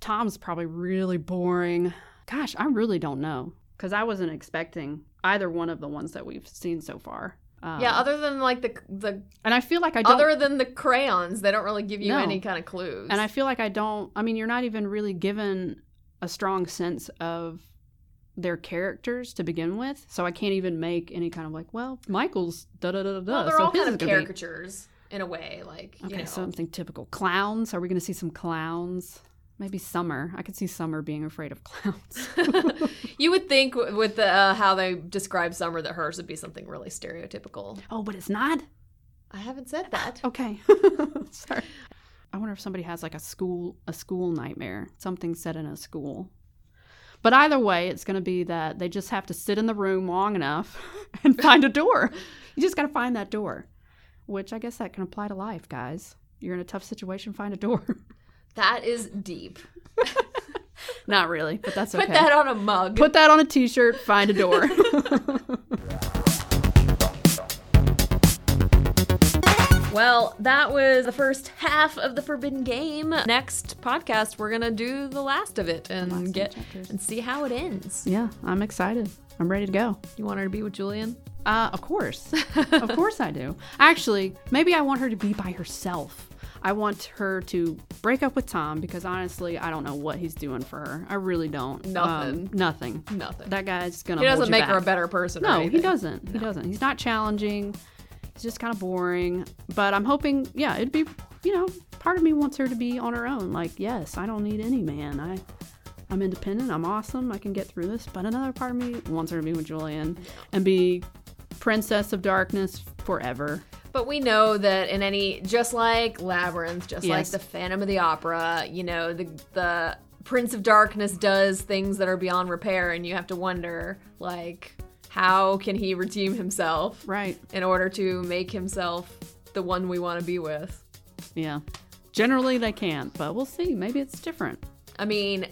S3: Tom's probably really boring. Gosh, I really don't know because I wasn't expecting either one of the ones that we've seen so far. Um,
S2: yeah, other than like the the
S3: and I feel like I don't.
S2: other than the crayons, they don't really give you
S3: No.
S2: any kind of clues.
S3: and I feel like I don't. I mean, you're not even really given a strong sense of their characters to begin with, so I can't even make any kind of like, well, Michael's da da da da da.
S2: well, they're
S3: so
S2: all
S3: his
S2: kind of
S3: is gonna be-
S2: caricatures in a way, like
S3: Okay,
S2: you know.
S3: something typical. Clowns. Are we going to see some clowns? Maybe Summer. I could see Summer being afraid of clowns.
S2: you would think w- with the, uh, how they describe Summer that hers would be something really stereotypical.
S3: oh, but it's not.
S2: I haven't said that.
S3: Okay. Sorry. I wonder if somebody has like a school a school nightmare, something set in a school. But either way, it's going to be that they just have to sit in the room long enough and find a door. You just got to find that door, which I guess that can apply to life, guys. You're in a tough situation, find a door.
S2: That is deep.
S3: Not really, but that's okay.
S2: Put that on a mug.
S3: Put that on a t shirt, find a door.
S2: Well, that was the first half of the Forbidden Game. Next podcast, we're gonna do the last of it and
S3: two
S2: get
S3: chapters.
S2: and see how it ends.
S3: yeah, I'm excited. I'm ready to go.
S2: You want her to be with Julian?
S3: Uh, of course. of course I do. Actually, maybe I want her to be by herself. I want her to break up with Tom because honestly, I don't know what he's doing for her. I really don't. Um,
S2: Nothing.
S3: nothing.
S2: Nothing.
S3: That guy's gonna.
S2: he
S3: hold
S2: doesn't
S3: you
S2: make her a
S3: back.
S2: better person. or
S3: No, he
S2: anything.
S3: doesn't. He doesn't. He's not challenging. He's just kind of boring. But I'm hoping, yeah, it'd be, you know, part of me wants her to be on her own. Like, yes, I don't need any man. I, I'm independent. I'm awesome. I can get through this. But another part of me wants her to be with Julian and be princess of darkness forever.
S2: But we know that in any, just like Labyrinth, just like
S3: Yes.
S2: the Phantom of the Opera, you know, the the Prince of Darkness does things that are beyond repair, and you have to wonder, like, how can he redeem himself
S3: Right.
S2: in order to make himself the one we want to be with?
S3: Yeah. Generally, they can't, but we'll see. Maybe it's different.
S2: I mean,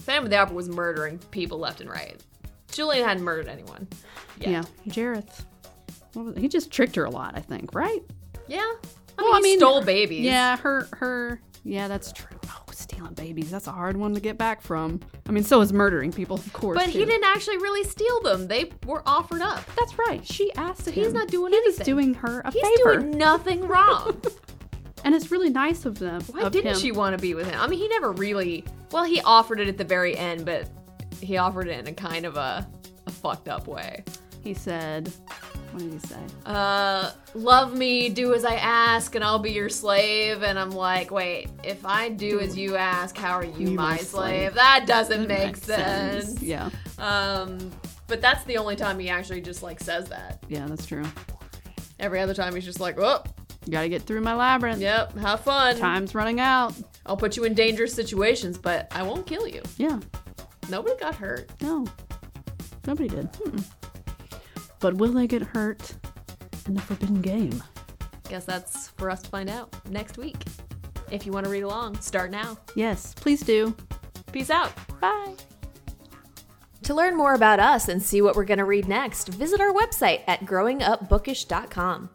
S2: Phantom of the Opera was murdering people left and right. Julian hadn't murdered anyone. Yet.
S3: Yeah. Jareth. what was- He just tricked her a lot, I think, right?
S2: Yeah. I
S3: Well,
S2: mean,
S3: I
S2: he
S3: mean,
S2: stole babies.
S3: Yeah, her her yeah, that's true. Oh, stealing babies. That's a hard one to get back from. I mean, so is murdering people, of course.
S2: But he
S3: too.
S2: didn't actually really steal them. They were offered up.
S3: That's right. She asked him.
S2: He's not doing
S3: He's
S2: anything.
S3: doing her a
S2: He's
S3: favor.
S2: doing nothing wrong.
S3: and it's really nice of them.
S2: Why
S3: of
S2: didn't
S3: him.
S2: she want to be with him? I mean, he never really. Well, he offered it at the very end, but he offered it in a kind of a, a fucked up way.
S3: He said, what did he say?
S2: Uh, love me, do as I ask, and I'll be your slave. And I'm like, wait, if I do as you ask, how are you, my slave? That doesn't make
S3: Makes sense.
S2: sense.
S3: Yeah.
S2: Um, but that's the only time he actually just like says that.
S3: Yeah, that's true.
S2: Every other time he's just like, oh,
S3: Got to get through my labyrinth.
S2: yep, have fun.
S3: Time's running out.
S2: I'll put you in dangerous situations, but I won't kill you.
S3: Yeah.
S2: Nobody got hurt.
S3: No. Nobody did. Mm-mm. But will they get hurt in the forbidden game?
S2: Guess that's for us to find out next week. If you want to read along, start now.
S3: Yes, please do.
S2: Peace out.
S3: Bye.
S2: To learn more about us and see what we're going to read next, visit our website at growingupbookish.com.